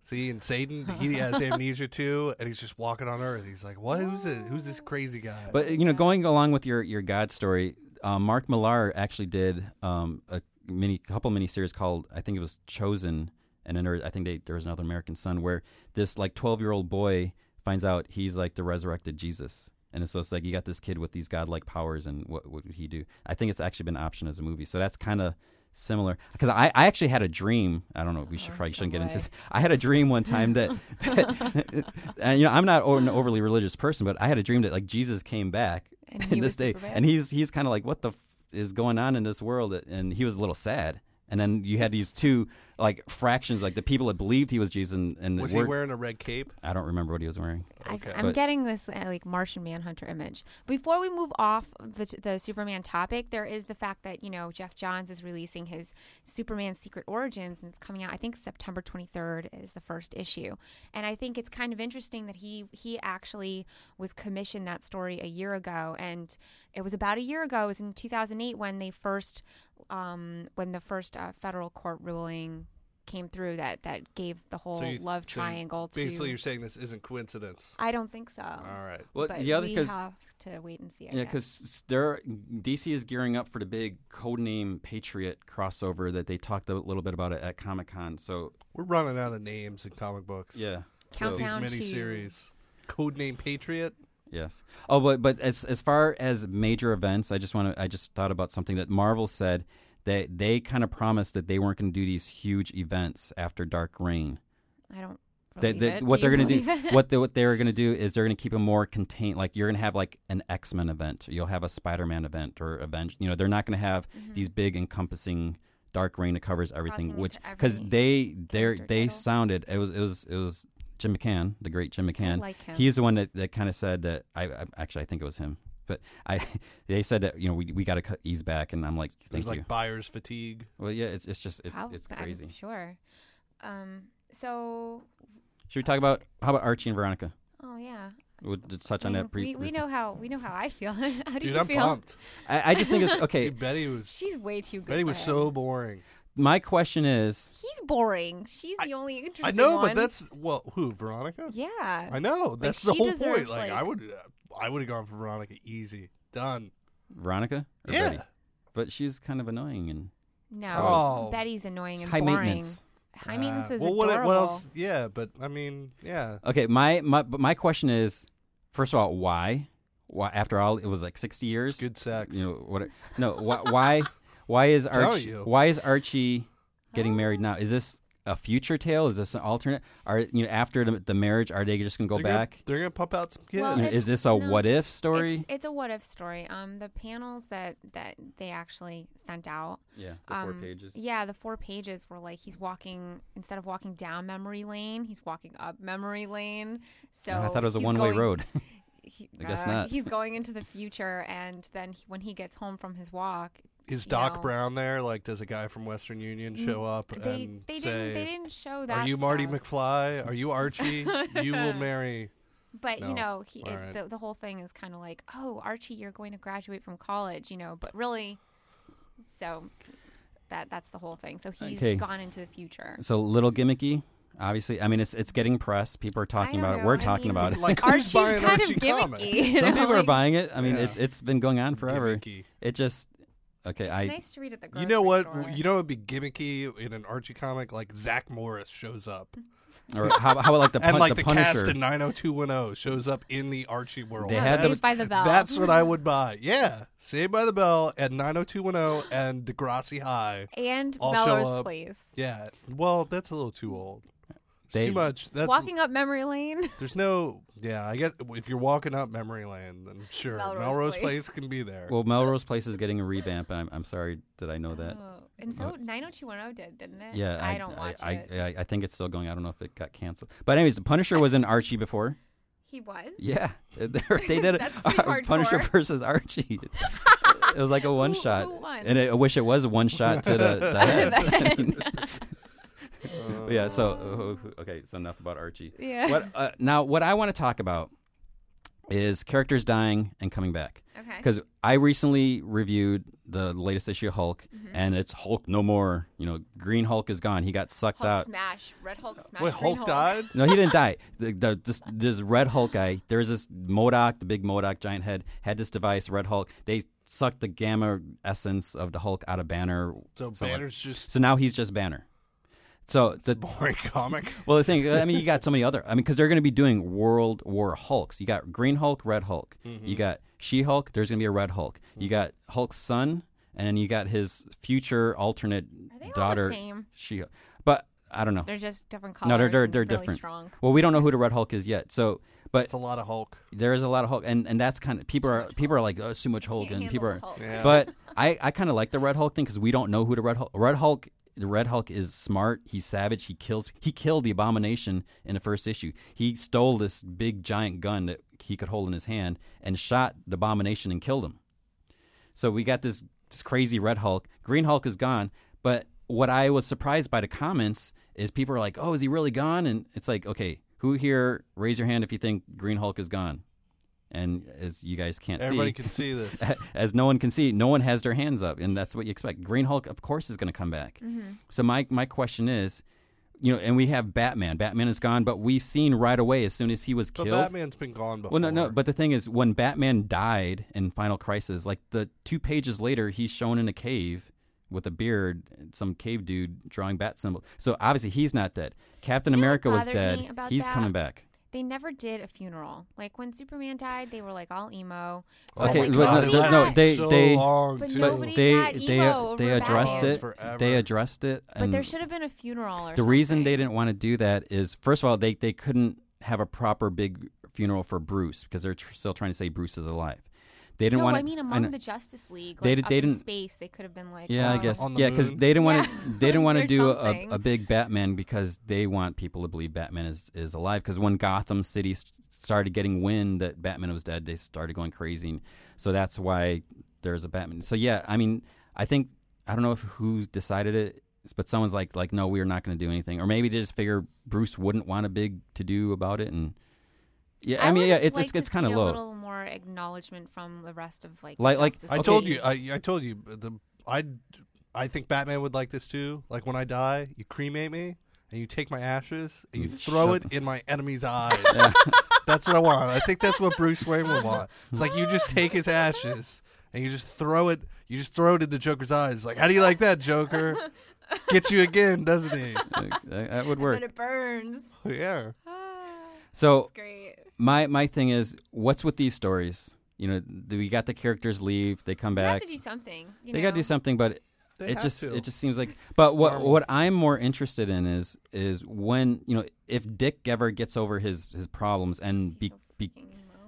Speaker 3: See, and Satan, he has amnesia too, and he's just walking on Earth. He's like, what? Who's this? Who's this crazy guy?
Speaker 1: but you know, going along with your your God story, uh, Mark Millar actually did um, a mini couple mini series called I think it was Chosen, and then there, I think they, there was another American Son where this like twelve year old boy finds out he's like the resurrected Jesus. And so it's like you got this kid with these godlike powers, and what, what would he do? I think it's actually been an option as a movie, so that's kind of similar. Because I, I actually had a dream. I don't know if we should
Speaker 2: Oh,
Speaker 1: probably shouldn't get into
Speaker 2: boy.
Speaker 1: this. I had a dream one time that, that and you know, I'm not o- an overly religious person, but I had a dream that like Jesus came back
Speaker 2: And
Speaker 1: in
Speaker 2: he
Speaker 1: this
Speaker 2: was
Speaker 1: day,
Speaker 2: Superman?
Speaker 1: and he's he's kind of like, what the f- is going on in this world? And he was a little sad. And then you had these two like fractions, like the people that believed he was Jesus, and, and
Speaker 3: was
Speaker 1: the
Speaker 3: he
Speaker 1: word-
Speaker 3: wearing a red cape?
Speaker 1: I don't remember what he was wearing.
Speaker 2: I,
Speaker 3: Okay.
Speaker 2: I'm
Speaker 1: But-
Speaker 2: getting this uh, like Martian Manhunter image. Before we move off of the the Superman topic, there is the fact that you know Jeff Johns is releasing his Superman Secret Origins, and it's coming out. I think September 23rd is the first issue, and I think it's kind of interesting that he he actually was commissioned that story a year ago, and it was about a year ago. It was in 2008 when they first um, when the first uh, federal court ruling came through that that gave the whole
Speaker 3: you-
Speaker 2: love
Speaker 3: so you-
Speaker 2: triangle
Speaker 3: Basically,
Speaker 2: to.
Speaker 3: you're saying this isn't coincidence.
Speaker 2: I don't think so.
Speaker 3: All right.
Speaker 1: Well,
Speaker 2: but
Speaker 1: the other
Speaker 2: we
Speaker 1: because
Speaker 2: have to wait and see. I
Speaker 1: Yeah,
Speaker 2: guess.
Speaker 1: because they're DC is gearing up for the big codename Patriot crossover that they talked a little bit about it at Comic Con. So
Speaker 3: We're running out of names in comic books.
Speaker 1: yeah,
Speaker 3: These
Speaker 2: Countdown. Down to-
Speaker 3: miniseries. Codename Patriot.
Speaker 1: yes. Oh, but but as as far as major events, I just want to I just thought about something that Marvel said that they kind of promised that they weren't going to do these huge events after Dark Reign.
Speaker 2: I don't.
Speaker 1: They,
Speaker 2: believe
Speaker 1: they,
Speaker 2: it.
Speaker 1: what
Speaker 2: Do
Speaker 1: they're
Speaker 2: you
Speaker 1: going to do,
Speaker 2: believe it?
Speaker 1: what they, what they're going to do is they're going to keep them more contained. Like you're going to have like an X Men event, you'll have a Spider Man event, or event. You know, they're not going to have these big encompassing Dark Reign that covers everything,
Speaker 2: Mm-hmm. Crossing
Speaker 1: which
Speaker 2: into every
Speaker 1: because they they
Speaker 2: character
Speaker 1: they
Speaker 2: title.
Speaker 1: sounded it was it was it was Jim McCann, the great Jim McCann.
Speaker 2: like him.
Speaker 1: He's the one that, that kind of said that. I, I actually I think it was him, but I they said that you know we we got to cut ease back, and I'm like thank
Speaker 3: There's like
Speaker 1: you.
Speaker 3: buyer's fatigue.
Speaker 1: Well, yeah, it's it's just it's
Speaker 2: Prob-
Speaker 1: it's
Speaker 2: I'm
Speaker 1: crazy.
Speaker 2: sure. Um. So.
Speaker 1: Should we talk about how about Archie and Veronica?
Speaker 2: Oh yeah.
Speaker 1: We'll just touch
Speaker 2: I
Speaker 1: on
Speaker 2: mean,
Speaker 1: that. Pre-
Speaker 2: we, we know how we know how I feel. how do
Speaker 3: Dude,
Speaker 2: you
Speaker 3: I'm
Speaker 2: feel?
Speaker 3: pumped.
Speaker 1: I, I just think it's okay.
Speaker 3: Dude, Betty was
Speaker 2: She's way too good.
Speaker 3: Betty
Speaker 2: for
Speaker 3: was
Speaker 2: him.
Speaker 3: so boring.
Speaker 1: My question is,
Speaker 2: He's boring. She's
Speaker 3: I-
Speaker 2: the only interesting
Speaker 3: I know,
Speaker 2: one.
Speaker 3: but that's well, who Veronica?
Speaker 2: Yeah.
Speaker 3: I know that's the
Speaker 2: she
Speaker 3: whole point.
Speaker 2: deserves,
Speaker 3: Like, I
Speaker 2: like-
Speaker 3: would, I would have gone for Veronica easy. done.
Speaker 1: Veronica? Or
Speaker 3: yeah.
Speaker 1: Betty? But she's kind of annoying and
Speaker 2: No,
Speaker 3: Oh.
Speaker 2: Betty's annoying
Speaker 1: she's
Speaker 2: and
Speaker 1: high
Speaker 2: boring.
Speaker 1: maintenance.
Speaker 2: High maintenance
Speaker 3: Uh,
Speaker 2: is
Speaker 3: well, what,
Speaker 2: adorable.
Speaker 3: what else? Yeah, but I mean, yeah.
Speaker 1: Okay, my my but my question is, first of all, why? Why after all it was like sixty years?
Speaker 3: Good sex.
Speaker 1: You know what? No, why? Why, why is
Speaker 3: Tell
Speaker 1: Archie?
Speaker 3: you.
Speaker 1: Why is Archie getting married now? Is this a future tale? Is this an alternate? Are you know after the, the marriage? Are they just gonna go
Speaker 3: they're Gonna,
Speaker 1: back?
Speaker 3: they're gonna pump out some kids.
Speaker 2: Well,
Speaker 1: You know,
Speaker 2: it's-
Speaker 1: is this a
Speaker 2: no.
Speaker 1: what if story?
Speaker 2: It's, it's a what if story. Um, the panels that that they actually sent out.
Speaker 1: yeah,
Speaker 2: um, Yeah, the four pages were like he's walking instead of walking down memory lane, he's walking up memory lane. So
Speaker 1: I thought it was a
Speaker 2: he's
Speaker 1: one way
Speaker 2: going-
Speaker 1: road.
Speaker 2: he- uh,
Speaker 1: I guess not.
Speaker 2: He's going into the future, and then he, when he gets home from his walk,
Speaker 3: Is
Speaker 2: you
Speaker 3: Doc
Speaker 2: know. Mm,
Speaker 3: Brown there? Like, does a guy from Western Union show up
Speaker 2: they
Speaker 3: and
Speaker 2: they
Speaker 3: say,
Speaker 2: didn't they didn't show that.
Speaker 3: "Are you Marty
Speaker 2: stuff.
Speaker 3: McFly? Are you Archie? you will marry."
Speaker 2: But
Speaker 3: No.
Speaker 2: you know, he
Speaker 3: All
Speaker 2: it,
Speaker 3: right.
Speaker 2: the the whole thing is kind of like, oh, Archie, you're going to graduate from college, you know. But really, so that that's the whole thing. So he's
Speaker 1: Okay.
Speaker 2: gone into the future.
Speaker 1: So little gimmicky. Obviously, I mean it's it's getting press. People are talking
Speaker 2: I
Speaker 1: about
Speaker 2: don't
Speaker 1: it.
Speaker 2: know.
Speaker 1: We're
Speaker 2: I
Speaker 1: talking
Speaker 2: mean,
Speaker 1: about it.
Speaker 3: Like, who's
Speaker 2: Archie's
Speaker 3: buying
Speaker 2: kind
Speaker 3: Archie
Speaker 2: of
Speaker 3: comics?
Speaker 2: gimmicky. you
Speaker 1: Some
Speaker 2: know,
Speaker 1: people are
Speaker 2: like,
Speaker 1: buying it. I mean,
Speaker 3: Yeah.
Speaker 1: it's it's been going on forever.
Speaker 3: Gimmicky.
Speaker 1: It just okay. I
Speaker 2: It's nice to read at the grocery
Speaker 3: You know what?
Speaker 2: Store.
Speaker 3: You know what would be gimmicky in an Archie comic? Like Zach Morris shows up,
Speaker 1: or how, how about like the,
Speaker 3: and
Speaker 1: pun-
Speaker 3: like
Speaker 1: the,
Speaker 3: the,
Speaker 1: Punisher?
Speaker 3: cast in 90210 shows up in the Archie world.
Speaker 1: They
Speaker 2: Oh,
Speaker 1: had
Speaker 2: Saved
Speaker 1: those-
Speaker 2: by the Bell.
Speaker 3: That's what I would buy. Yeah, Saved by the Bell and 90210 and Degrassi High.
Speaker 2: and
Speaker 3: I'll
Speaker 2: Melrose
Speaker 3: show up.
Speaker 2: Place.
Speaker 3: Yeah. Well, that's a little too old. It's
Speaker 1: They-
Speaker 3: too much. That's
Speaker 2: Walking up memory lane.
Speaker 3: There's no. Yeah, I guess if you're walking up memory lane, then sure, Melrose,
Speaker 2: Melrose
Speaker 3: Place.
Speaker 2: Place.
Speaker 3: can be there.
Speaker 1: Well, Melrose Place is getting a revamp, and I'm, I'm sorry that I know that.
Speaker 2: Oh, and so 90210 did, didn't it?
Speaker 1: Yeah,
Speaker 2: I, don't watch
Speaker 1: I,
Speaker 2: it.
Speaker 1: I, I, I think it's still going. I don't know if it got canceled. But anyways, the Punisher was in Archie before.
Speaker 2: he was.
Speaker 1: Yeah, they they did it.
Speaker 2: That's pretty
Speaker 1: Punisher
Speaker 2: hardcore.
Speaker 1: versus Archie. It was like a one shot,
Speaker 2: who won?
Speaker 1: and I wish it was a one shot to the, the head. I mean,
Speaker 3: Uh,
Speaker 1: yeah. So uh, okay, so enough about Archie.
Speaker 2: Yeah.
Speaker 1: What uh, now? What I want to talk about is characters dying and coming back.
Speaker 2: Okay.
Speaker 1: because I recently reviewed the latest issue of Hulk, and it's Hulk no more. You know, Green Hulk is gone. He got sucked
Speaker 2: Hulk
Speaker 1: out.
Speaker 2: smash, Red Hulk smash.
Speaker 3: Wait,
Speaker 2: Green
Speaker 3: Hulk, died.
Speaker 1: No, he didn't die. The, the, this, this Red Hulk guy, there's this Modoc, the big Modoc giant head, had this device, Red Hulk. They sucked the gamma essence of the Hulk out of Banner.
Speaker 3: So
Speaker 1: somewhat.
Speaker 3: Banner's just
Speaker 1: So now he's just Banner. So
Speaker 3: the
Speaker 1: the
Speaker 3: boring comic.
Speaker 1: well, the thing, I mean, you got so many other. I mean, because they're going to be doing World War Hulks. You got Green Hulk, Red Hulk. You got She Hulk. There's going to be a Red Hulk. You got Hulk's son, and then you got his future alternate
Speaker 2: Are they all the
Speaker 1: daughter.
Speaker 2: same?
Speaker 1: She, but I don't know.
Speaker 2: They're just different colors.
Speaker 1: no, they're they're,
Speaker 2: and
Speaker 1: they're
Speaker 2: really
Speaker 1: different.
Speaker 2: Strong.
Speaker 1: Well, we don't know who the Red Hulk is yet. So, but
Speaker 3: It's a lot of Hulk.
Speaker 1: there is a lot of Hulk, and and that's kind of people are people are like oh, it's too much Hulk,
Speaker 2: Can't
Speaker 1: and
Speaker 2: handle
Speaker 1: people
Speaker 2: the
Speaker 1: are.
Speaker 2: Hulk.
Speaker 3: Yeah.
Speaker 1: But I, I kind of like the Red Hulk thing because we don't know who the Red Hulk. Red Hulk, the Red Hulk is smart. He's savage. He kills. He killed the Abomination in the first issue. He stole this big giant gun that he could hold in his hand and shot the Abomination and killed him. So we got this this crazy Red Hulk. Green Hulk is gone. But what I was surprised by the comments is people are like, "Oh, is he really gone?" And it's like, okay, who here raise your hand if you think Green Hulk is gone? And as you guys can't
Speaker 3: Everybody
Speaker 1: see,
Speaker 3: can see this.
Speaker 1: as no one can see, no one has their hands up, and that's what you expect. Green Hulk, of course, is going to come back.
Speaker 2: Mm-hmm.
Speaker 1: So my my question is, you know, and we have Batman. Batman is gone, but we've seen right away as soon as he was
Speaker 3: But
Speaker 1: killed.
Speaker 3: Batman's been gone before.
Speaker 1: well, no, no. But the thing is, when Batman died in Final Crisis, like the two pages later, he's shown in a cave with a beard, some cave dude drawing bat symbol. So obviously, he's not dead. Captain
Speaker 2: You know what
Speaker 1: America was
Speaker 2: bothered me
Speaker 1: dead.
Speaker 2: about
Speaker 1: He's
Speaker 2: that?
Speaker 1: coming back.
Speaker 2: They never did a funeral. Like when Superman died, they were like all emo.
Speaker 3: Oh
Speaker 1: Okay,
Speaker 3: my
Speaker 1: but
Speaker 3: God,
Speaker 1: no,
Speaker 3: it
Speaker 1: the- no,
Speaker 3: lasted
Speaker 1: they-
Speaker 3: so
Speaker 1: they-
Speaker 3: long
Speaker 2: But
Speaker 3: too.
Speaker 2: nobody-
Speaker 1: they
Speaker 2: got
Speaker 1: they
Speaker 2: emo
Speaker 1: they
Speaker 2: over
Speaker 1: addressed
Speaker 2: Batman.
Speaker 1: it. They
Speaker 3: Forever.
Speaker 1: addressed it.
Speaker 2: But there
Speaker 1: and-
Speaker 2: should have been a funeral or
Speaker 1: the reason they didn't want to do that is first of all they, they couldn't have a proper big funeral for bruce because they're tr- still trying to say bruce is alive they didn't
Speaker 2: no,
Speaker 1: want
Speaker 2: I mean among the Justice League. Like,
Speaker 1: They
Speaker 2: they,
Speaker 1: did- they
Speaker 2: didn't.
Speaker 1: didn't-
Speaker 2: space, they could have been like.
Speaker 1: yeah i
Speaker 2: oh,
Speaker 1: guess
Speaker 3: Um, On the
Speaker 1: yeah because
Speaker 3: moon?
Speaker 1: they didn't want to
Speaker 2: Yeah.
Speaker 1: they didn't want to
Speaker 2: There's
Speaker 1: do a,
Speaker 2: something.
Speaker 1: a big batman because they want people to believe batman is, is alive because when gotham city s started getting wind that batman was dead they started going crazy so that's why there's a batman so yeah i mean i think i don't know if who decided it but someone's like like no we're not going to do anything or maybe they just figure bruce wouldn't want a big to do about it and yeah i, mean
Speaker 2: would
Speaker 1: yeah it's
Speaker 2: like
Speaker 1: it's, it's
Speaker 2: to
Speaker 1: kind of
Speaker 2: see
Speaker 1: low
Speaker 2: A little more acknowledgement from the rest of like.
Speaker 1: Like- like-
Speaker 2: Justice
Speaker 3: I
Speaker 1: Okay.
Speaker 3: told you.
Speaker 2: League.
Speaker 3: I, I told you. The I I think Batman would like this too. Like when I die, you cremate me and and you take my ashes and you
Speaker 1: Mm,
Speaker 3: throw
Speaker 1: shut-
Speaker 3: it in my enemy's eyes. that's what I want. I think that's what Bruce Wayne would want. It's like you just take his ashes and you just throw it. You just throw it in the Joker's eyes. Like, how do you like that, Joker? Gets you again, doesn't he?
Speaker 1: Like, that, that would
Speaker 2: But
Speaker 1: work.
Speaker 2: it burns.
Speaker 3: Yeah.
Speaker 2: Ah,
Speaker 1: So
Speaker 2: it's great.
Speaker 1: my my thing is, what's with these stories? You know, th- we got the characters leave, they come
Speaker 2: You
Speaker 1: back.
Speaker 2: have to do something. You
Speaker 1: they
Speaker 2: got
Speaker 1: to do something, but
Speaker 3: They
Speaker 1: it
Speaker 3: have
Speaker 1: just
Speaker 3: to.
Speaker 1: it just seems like. But what
Speaker 3: Star Wars.
Speaker 1: what I'm more interested in is is when you know if Dick ever gets over his his problems and be, be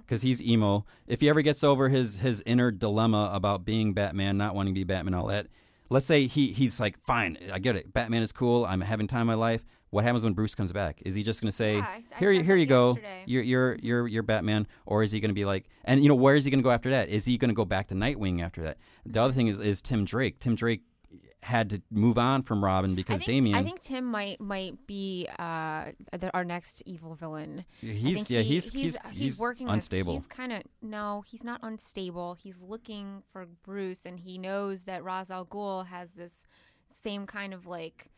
Speaker 1: because he's emo. If he ever gets over his his inner dilemma about being Batman, not wanting to be Batman, all that. Let's say he he's like, fine, I get it. Batman is cool. I'm having time in my life. What happens when Bruce comes back? Is he just going to say,
Speaker 2: Yeah, I s- I
Speaker 1: here,
Speaker 2: said
Speaker 1: you- here
Speaker 2: that
Speaker 1: you go,
Speaker 2: yesterday.
Speaker 1: you're you're you're you're Batman, or is he going to be like, and you know, where is he going to go after that? Is he going to go back to Nightwing after that? The other thing is is Tim Drake. Tim Drake had to move on from Robin
Speaker 2: I
Speaker 1: because
Speaker 2: think,
Speaker 1: Damien,
Speaker 2: I think Tim might might be uh, the, our next evil villain. I
Speaker 1: he's
Speaker 2: think
Speaker 1: yeah,
Speaker 2: he-
Speaker 1: he's
Speaker 2: he's
Speaker 1: he's,
Speaker 2: uh, he's working
Speaker 1: unstable.
Speaker 2: With, he's kind of no, he's not unstable. He's looking for Bruce, and he knows that Ra's al Ghul has this same kind of like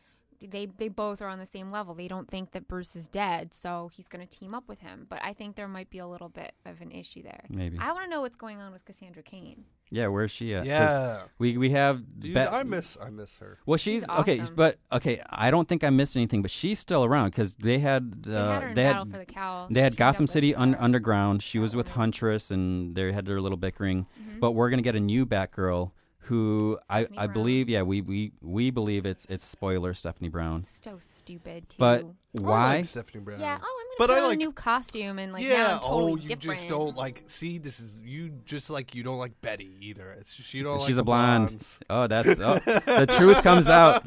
Speaker 2: they they both are on the same level. They don't think that Bruce is dead, so he's going to team up with him. But I think there might be a little bit of an issue there.
Speaker 1: Maybe
Speaker 2: I want to know what's going on with Cassandra Cain.
Speaker 1: yeah, where's she at? 'Cause
Speaker 3: yeah.
Speaker 1: we we have
Speaker 3: Dude,
Speaker 1: Bat-
Speaker 3: I miss I miss her.
Speaker 1: Well, she's,
Speaker 2: She's
Speaker 1: okay,
Speaker 2: awesome.
Speaker 1: but okay. I don't think I missed anything, but she's still around because they had
Speaker 2: They had
Speaker 1: the
Speaker 2: her in
Speaker 1: Uh, they
Speaker 2: Battle
Speaker 1: had
Speaker 2: for the Cowl.
Speaker 1: they
Speaker 2: She
Speaker 1: had
Speaker 2: teamed up
Speaker 1: Gotham
Speaker 2: with
Speaker 1: City un-
Speaker 2: her.
Speaker 1: underground. She was
Speaker 2: That
Speaker 1: with
Speaker 2: woman.
Speaker 1: Huntress, and they had their little bickering. But we're gonna get a new Batgirl who I,
Speaker 2: Mm-hmm. Stephanie
Speaker 1: I
Speaker 2: Brown.
Speaker 1: believe, yeah, we, we we believe it's it's spoiler Stephanie Brown.
Speaker 2: so stupid too.
Speaker 1: But
Speaker 3: I
Speaker 1: why?
Speaker 3: like Stephanie Brown.
Speaker 2: yeah, oh, I'm
Speaker 3: But
Speaker 2: gonna
Speaker 3: I
Speaker 2: put on
Speaker 3: like-
Speaker 2: a new costume and like now
Speaker 3: yeah.
Speaker 2: I'm totally
Speaker 3: oh, you
Speaker 2: different.
Speaker 3: just don't like. See, this is you. Just like you don't like Betty either. It's just, you don't.
Speaker 1: She's a
Speaker 3: like
Speaker 1: blonde.
Speaker 3: blondes.
Speaker 1: Oh, that's oh, the truth comes out.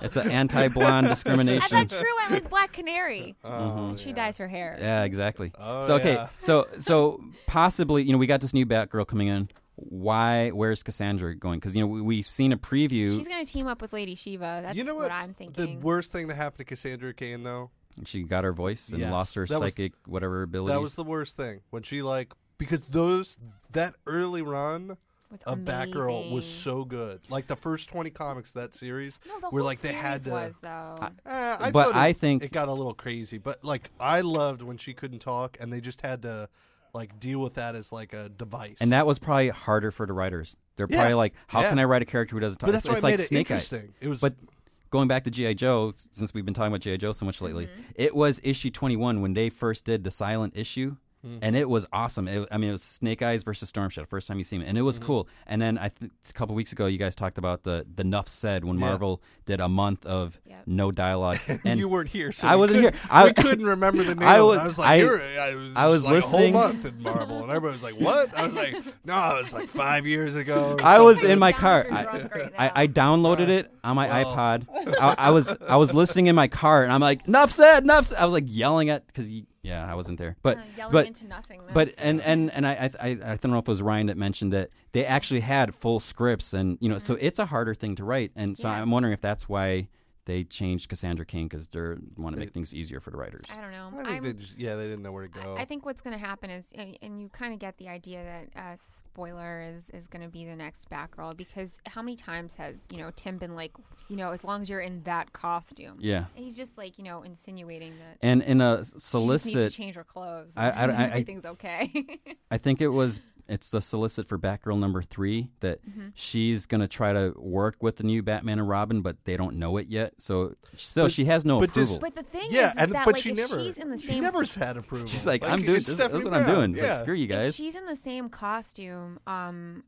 Speaker 1: It's an anti-blonde
Speaker 2: That's
Speaker 1: discrimination.
Speaker 2: not true. I like Black Canary.
Speaker 3: Oh,
Speaker 2: She dyes her hair.
Speaker 1: Yeah, exactly.
Speaker 3: Oh,
Speaker 1: so okay,
Speaker 3: yeah.
Speaker 1: so so possibly you know we got this new Batgirl coming in. Why? Where's Cassandra going? Because you know we, we've seen a preview.
Speaker 2: She's gonna team up with Lady Shiva. That's
Speaker 3: you know
Speaker 2: what?
Speaker 3: what?
Speaker 2: I'm
Speaker 3: The
Speaker 2: thinking.
Speaker 3: worst thing that happened to Cassandra Cain though.
Speaker 1: she got her voice and
Speaker 3: Yes,
Speaker 1: lost her
Speaker 3: that was-
Speaker 1: psychic whatever abilities.
Speaker 3: That was the worst thing when she like because those that early run
Speaker 2: was
Speaker 3: of Batgirl was
Speaker 2: amazing.
Speaker 3: so good. Like the first twenty comics of that series,
Speaker 2: No, the
Speaker 3: where
Speaker 2: whole
Speaker 3: like they had
Speaker 2: series
Speaker 3: to.
Speaker 2: was though.
Speaker 3: Eh, I
Speaker 1: But
Speaker 3: thought
Speaker 1: I
Speaker 3: it,
Speaker 1: think-
Speaker 3: it got a little crazy. But like I loved when she couldn't talk and they just had to like deal with that as like a device.
Speaker 1: and that was probably harder for the writers. They're
Speaker 3: Yeah.
Speaker 1: probably like, how
Speaker 3: Yeah.
Speaker 1: can I write a character who doesn't talk?
Speaker 3: but that's
Speaker 1: it's
Speaker 3: why
Speaker 1: it's
Speaker 3: it
Speaker 1: like
Speaker 3: made
Speaker 1: Snake
Speaker 3: it
Speaker 1: Eyes.
Speaker 3: interesting. It was
Speaker 1: But going back to GI Joe, since we've been talking about GI Joe so much lately,
Speaker 2: Mm-hmm.
Speaker 1: it was issue 21 when they first did the silent issue,
Speaker 3: Mm-hmm.
Speaker 1: and it was awesome. It, I mean, it was Snake Eyes versus Storm Shadow, first time you seen it, and it was
Speaker 3: Mm-hmm.
Speaker 1: cool. And then I th- a couple weeks ago, you guys talked about the the Nuff said when
Speaker 3: Yeah.
Speaker 1: Marvel did a month of
Speaker 2: Yep.
Speaker 1: no dialogue, and
Speaker 3: you weren't here, so
Speaker 1: I
Speaker 3: we
Speaker 1: wasn't
Speaker 3: couldn't-
Speaker 1: here. I-
Speaker 3: we couldn't remember the name.
Speaker 1: I
Speaker 3: I was,
Speaker 1: was-
Speaker 3: I was like,
Speaker 1: I-
Speaker 3: you're, I was,
Speaker 1: I was
Speaker 3: just like
Speaker 1: listening-
Speaker 3: a whole month in Marvel, and everybody was like, "What?" I was like, "No, it was like five years ago." or
Speaker 1: I was
Speaker 3: something."
Speaker 1: in my
Speaker 2: Sounds
Speaker 1: car.
Speaker 2: like you're
Speaker 1: I,
Speaker 2: drunk right
Speaker 1: I,
Speaker 2: now.
Speaker 1: I downloaded it on my
Speaker 3: Well.
Speaker 1: iPod. I, I was I was listening in my car, and I'm like, "Nuff said, Nuff said." I was like yelling at because yeah, I wasn't there, but
Speaker 2: Uh, yelling
Speaker 1: but
Speaker 2: into nothing.
Speaker 1: but
Speaker 2: that's-
Speaker 1: and and and I, I I I don't know if it was Ryan that mentioned that they actually had full scripts, and you know, so it's a harder thing to write, and so
Speaker 2: Mm-hmm. Yeah.
Speaker 1: I'm wondering if that's why they changed Cassandra King because they want to
Speaker 3: They-
Speaker 1: make things easier for the writers.
Speaker 2: I don't know.
Speaker 3: I think
Speaker 2: I'm,
Speaker 3: they just, yeah, they didn't know where to
Speaker 2: I-
Speaker 3: go.
Speaker 2: I think what's going to happen is, and, and you kind of get the idea that uh, spoiler is is going to be the next Batgirl because how many times has you know Tim been like, you know, as long as you're in that costume,
Speaker 1: Yeah,
Speaker 2: And he's just like you know insinuating that
Speaker 1: and in a
Speaker 2: she just needs
Speaker 1: solicit,
Speaker 2: to change her clothes.
Speaker 1: I- I- I- I-
Speaker 2: everything's okay.
Speaker 1: I think it was it's the solicit for Batgirl number three that
Speaker 2: Mm-hmm.
Speaker 1: she's gonna try to work with the new Batman and Robin, but they don't know it yet. So so
Speaker 3: But-
Speaker 1: she has no
Speaker 3: but does-
Speaker 1: approval.
Speaker 2: but the thing
Speaker 3: yeah,
Speaker 2: is, is
Speaker 3: and
Speaker 2: that
Speaker 3: but
Speaker 2: like
Speaker 3: she
Speaker 2: if
Speaker 3: never,
Speaker 2: she's in the
Speaker 3: she
Speaker 2: same
Speaker 3: never had approval.
Speaker 1: She's like, I'm
Speaker 3: she's
Speaker 1: doing this. That's
Speaker 3: Stephanie
Speaker 1: what I'm
Speaker 3: Brown,
Speaker 1: doing. It's
Speaker 3: Yeah.
Speaker 1: Like, screw you
Speaker 2: if
Speaker 1: guys.
Speaker 2: she's in the same costume, um,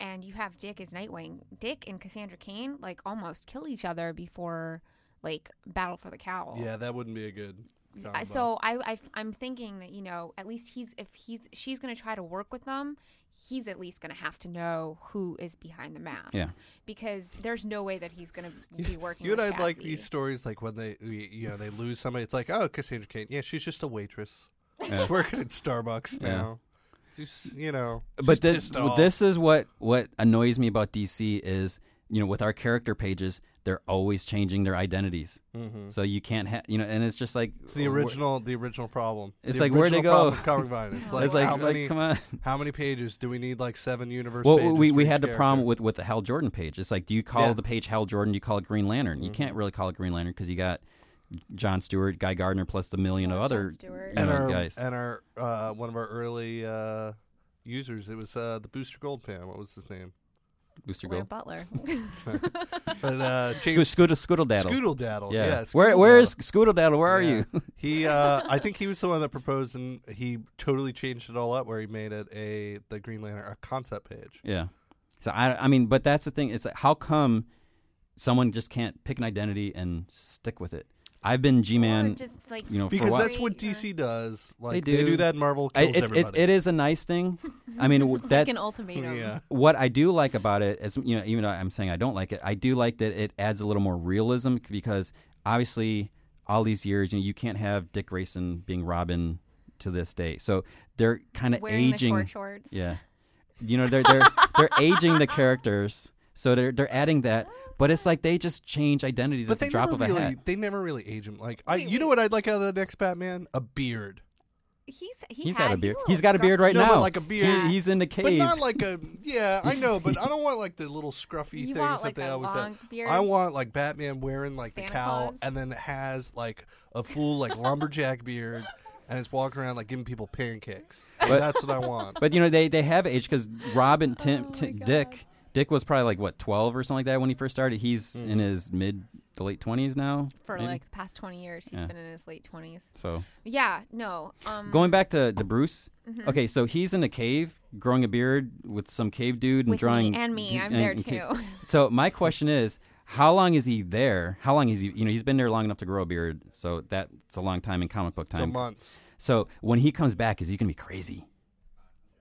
Speaker 2: and you have Dick as Nightwing, Dick and Cassandra Cain like almost kill each other before like Battle for the Cowl.
Speaker 3: yeah, that wouldn't be a good.
Speaker 2: I-
Speaker 3: combo.
Speaker 2: so I, I I'm thinking that you know at least he's if he's she's gonna try to work with them, he's at least gonna have to know who is behind the mask.
Speaker 1: Yeah.
Speaker 2: because there's no way that he's gonna be working.
Speaker 3: You and
Speaker 2: with
Speaker 3: I like
Speaker 2: Cassie.
Speaker 3: these stories, like when they, we- you know, they lose somebody. It's like, oh, Cassandra Cain. Yeah, she's just a waitress.
Speaker 1: Yeah.
Speaker 3: She's working at Starbucks
Speaker 1: Yeah.
Speaker 3: now. She's, you know, she's
Speaker 1: but this
Speaker 3: pissed off.
Speaker 1: this is what what annoys me about DC is you know, with our character pages, they're always changing their identities.
Speaker 3: Mm-hmm.
Speaker 1: So you can't have, you know, and it's just like
Speaker 3: It's the
Speaker 1: wh-
Speaker 3: original, the original problem.
Speaker 1: It's
Speaker 3: The
Speaker 1: like, where'd they
Speaker 3: original problem
Speaker 1: go?
Speaker 3: of Comic Vine. It's like,
Speaker 1: It's like,
Speaker 3: how,
Speaker 1: like,
Speaker 3: many,
Speaker 1: come on.
Speaker 3: how many pages do we need? Like seven universe.
Speaker 1: Well,
Speaker 3: pages
Speaker 1: we,
Speaker 3: for
Speaker 1: we
Speaker 3: each
Speaker 1: had the problem
Speaker 3: character?
Speaker 1: with with the Hal Jordan page. It's like, do you call
Speaker 3: Yeah. Mm-hmm.
Speaker 1: the page Hal Jordan? Do you call it Green Lantern? You can't really call it Green Lantern because you got John Stewart, Guy Gardner, plus the million of
Speaker 2: John
Speaker 1: other.
Speaker 2: Stewart.
Speaker 1: you
Speaker 3: and
Speaker 1: know,
Speaker 3: our
Speaker 1: guys.
Speaker 3: and our uh, one of our early uh, users. It was uh, the Booster Gold Pan. What was his name?
Speaker 1: Booster
Speaker 2: Blair
Speaker 1: Gold.
Speaker 2: Butler.
Speaker 3: But uh,
Speaker 1: Sco-
Speaker 3: James
Speaker 1: Scoodle, Scoodle Daddle.
Speaker 3: Scoodle Daddle.
Speaker 1: yeah.
Speaker 3: Yeah.
Speaker 1: where
Speaker 3: Scoodle
Speaker 1: where
Speaker 3: Daddle.
Speaker 1: is Scoodle Daddle? Where
Speaker 3: Yeah.
Speaker 1: are you?
Speaker 3: he? Uh, I think he was the one that proposed, and he totally changed it all up. Where he made it a the Green Lantern a concept page.
Speaker 1: yeah. So I I mean, but that's the thing. It's like, how come someone just can't pick an identity and stick with it? I've been G
Speaker 2: Or
Speaker 1: Man.
Speaker 2: just like
Speaker 1: You know, Oh, for a
Speaker 3: Because
Speaker 1: while.
Speaker 3: that's what
Speaker 2: Create your-
Speaker 3: DC does. Like they
Speaker 1: do.
Speaker 3: do that. Marvel
Speaker 1: I-
Speaker 3: kills
Speaker 1: it's- it's-
Speaker 3: everybody.
Speaker 1: it is a nice thing. I mean, w- that
Speaker 2: like an ultimatum.
Speaker 3: yeah.
Speaker 1: what I do like about it is, you know, even though I'm saying I don't like it, I do like that it adds a little more realism c- because obviously all these years, you know, you can't have Dick Grayson being Robin to this day. So they're kind of
Speaker 2: Wearing the
Speaker 1: aging.
Speaker 2: short shorts.
Speaker 1: Yeah, you know, they're they're they're aging the characters, so they're they're adding that. But it's like they just change identities at
Speaker 3: But
Speaker 1: the
Speaker 3: they
Speaker 1: drop
Speaker 3: never
Speaker 1: of a
Speaker 3: really,
Speaker 1: hat.
Speaker 3: they never really age him. Like, I,
Speaker 2: Wait,
Speaker 3: you know
Speaker 2: wait.
Speaker 3: what I'd like out of the next Batman? A beard,
Speaker 2: He's he
Speaker 1: He's
Speaker 2: had,
Speaker 1: got a beard.
Speaker 2: little
Speaker 1: He's got a beard right
Speaker 3: No, but
Speaker 1: now.
Speaker 3: like a
Speaker 1: He-
Speaker 3: beard.
Speaker 1: he's in the
Speaker 3: but
Speaker 1: cave.
Speaker 3: not like a. Yeah, I know, but I don't want like the little scruffy
Speaker 2: You
Speaker 3: things
Speaker 2: want,
Speaker 3: that
Speaker 2: like,
Speaker 3: they
Speaker 2: a
Speaker 3: always
Speaker 2: long
Speaker 3: have.
Speaker 2: beard?
Speaker 3: I want like Batman wearing like the
Speaker 2: Santa
Speaker 3: cowl
Speaker 2: Claus?
Speaker 3: and then has like a full like lumberjack beard and is walking around like giving people pancakes. Like,
Speaker 1: But-
Speaker 3: that's what I want.
Speaker 1: But you know they they have age because Robin Tim,
Speaker 2: Oh
Speaker 1: Tim-
Speaker 2: my God.
Speaker 1: Dick Dick was probably like what twelve or something like that when he first started. He's
Speaker 3: Mm-hmm.
Speaker 1: in his mid to late twenties now.
Speaker 2: for
Speaker 1: maybe.
Speaker 2: like the past 20 years. He's
Speaker 1: Yeah.
Speaker 2: been in his late 20s.
Speaker 1: so.
Speaker 2: Yeah, no. Um
Speaker 1: Going back to the Bruce.
Speaker 2: Mm-hmm.
Speaker 1: Okay, so he's in a cave growing a beard with some cave dude and
Speaker 2: with
Speaker 1: drawing
Speaker 2: me and me,
Speaker 1: d-
Speaker 2: I'm there
Speaker 1: and
Speaker 2: too.
Speaker 1: kids. So my question is. How long is he there? How long is he? You know, he's been there long enough to grow a beard, so that's a long time in comic book
Speaker 3: So
Speaker 1: time.
Speaker 3: months.
Speaker 1: So when he comes back, is he gonna be crazy?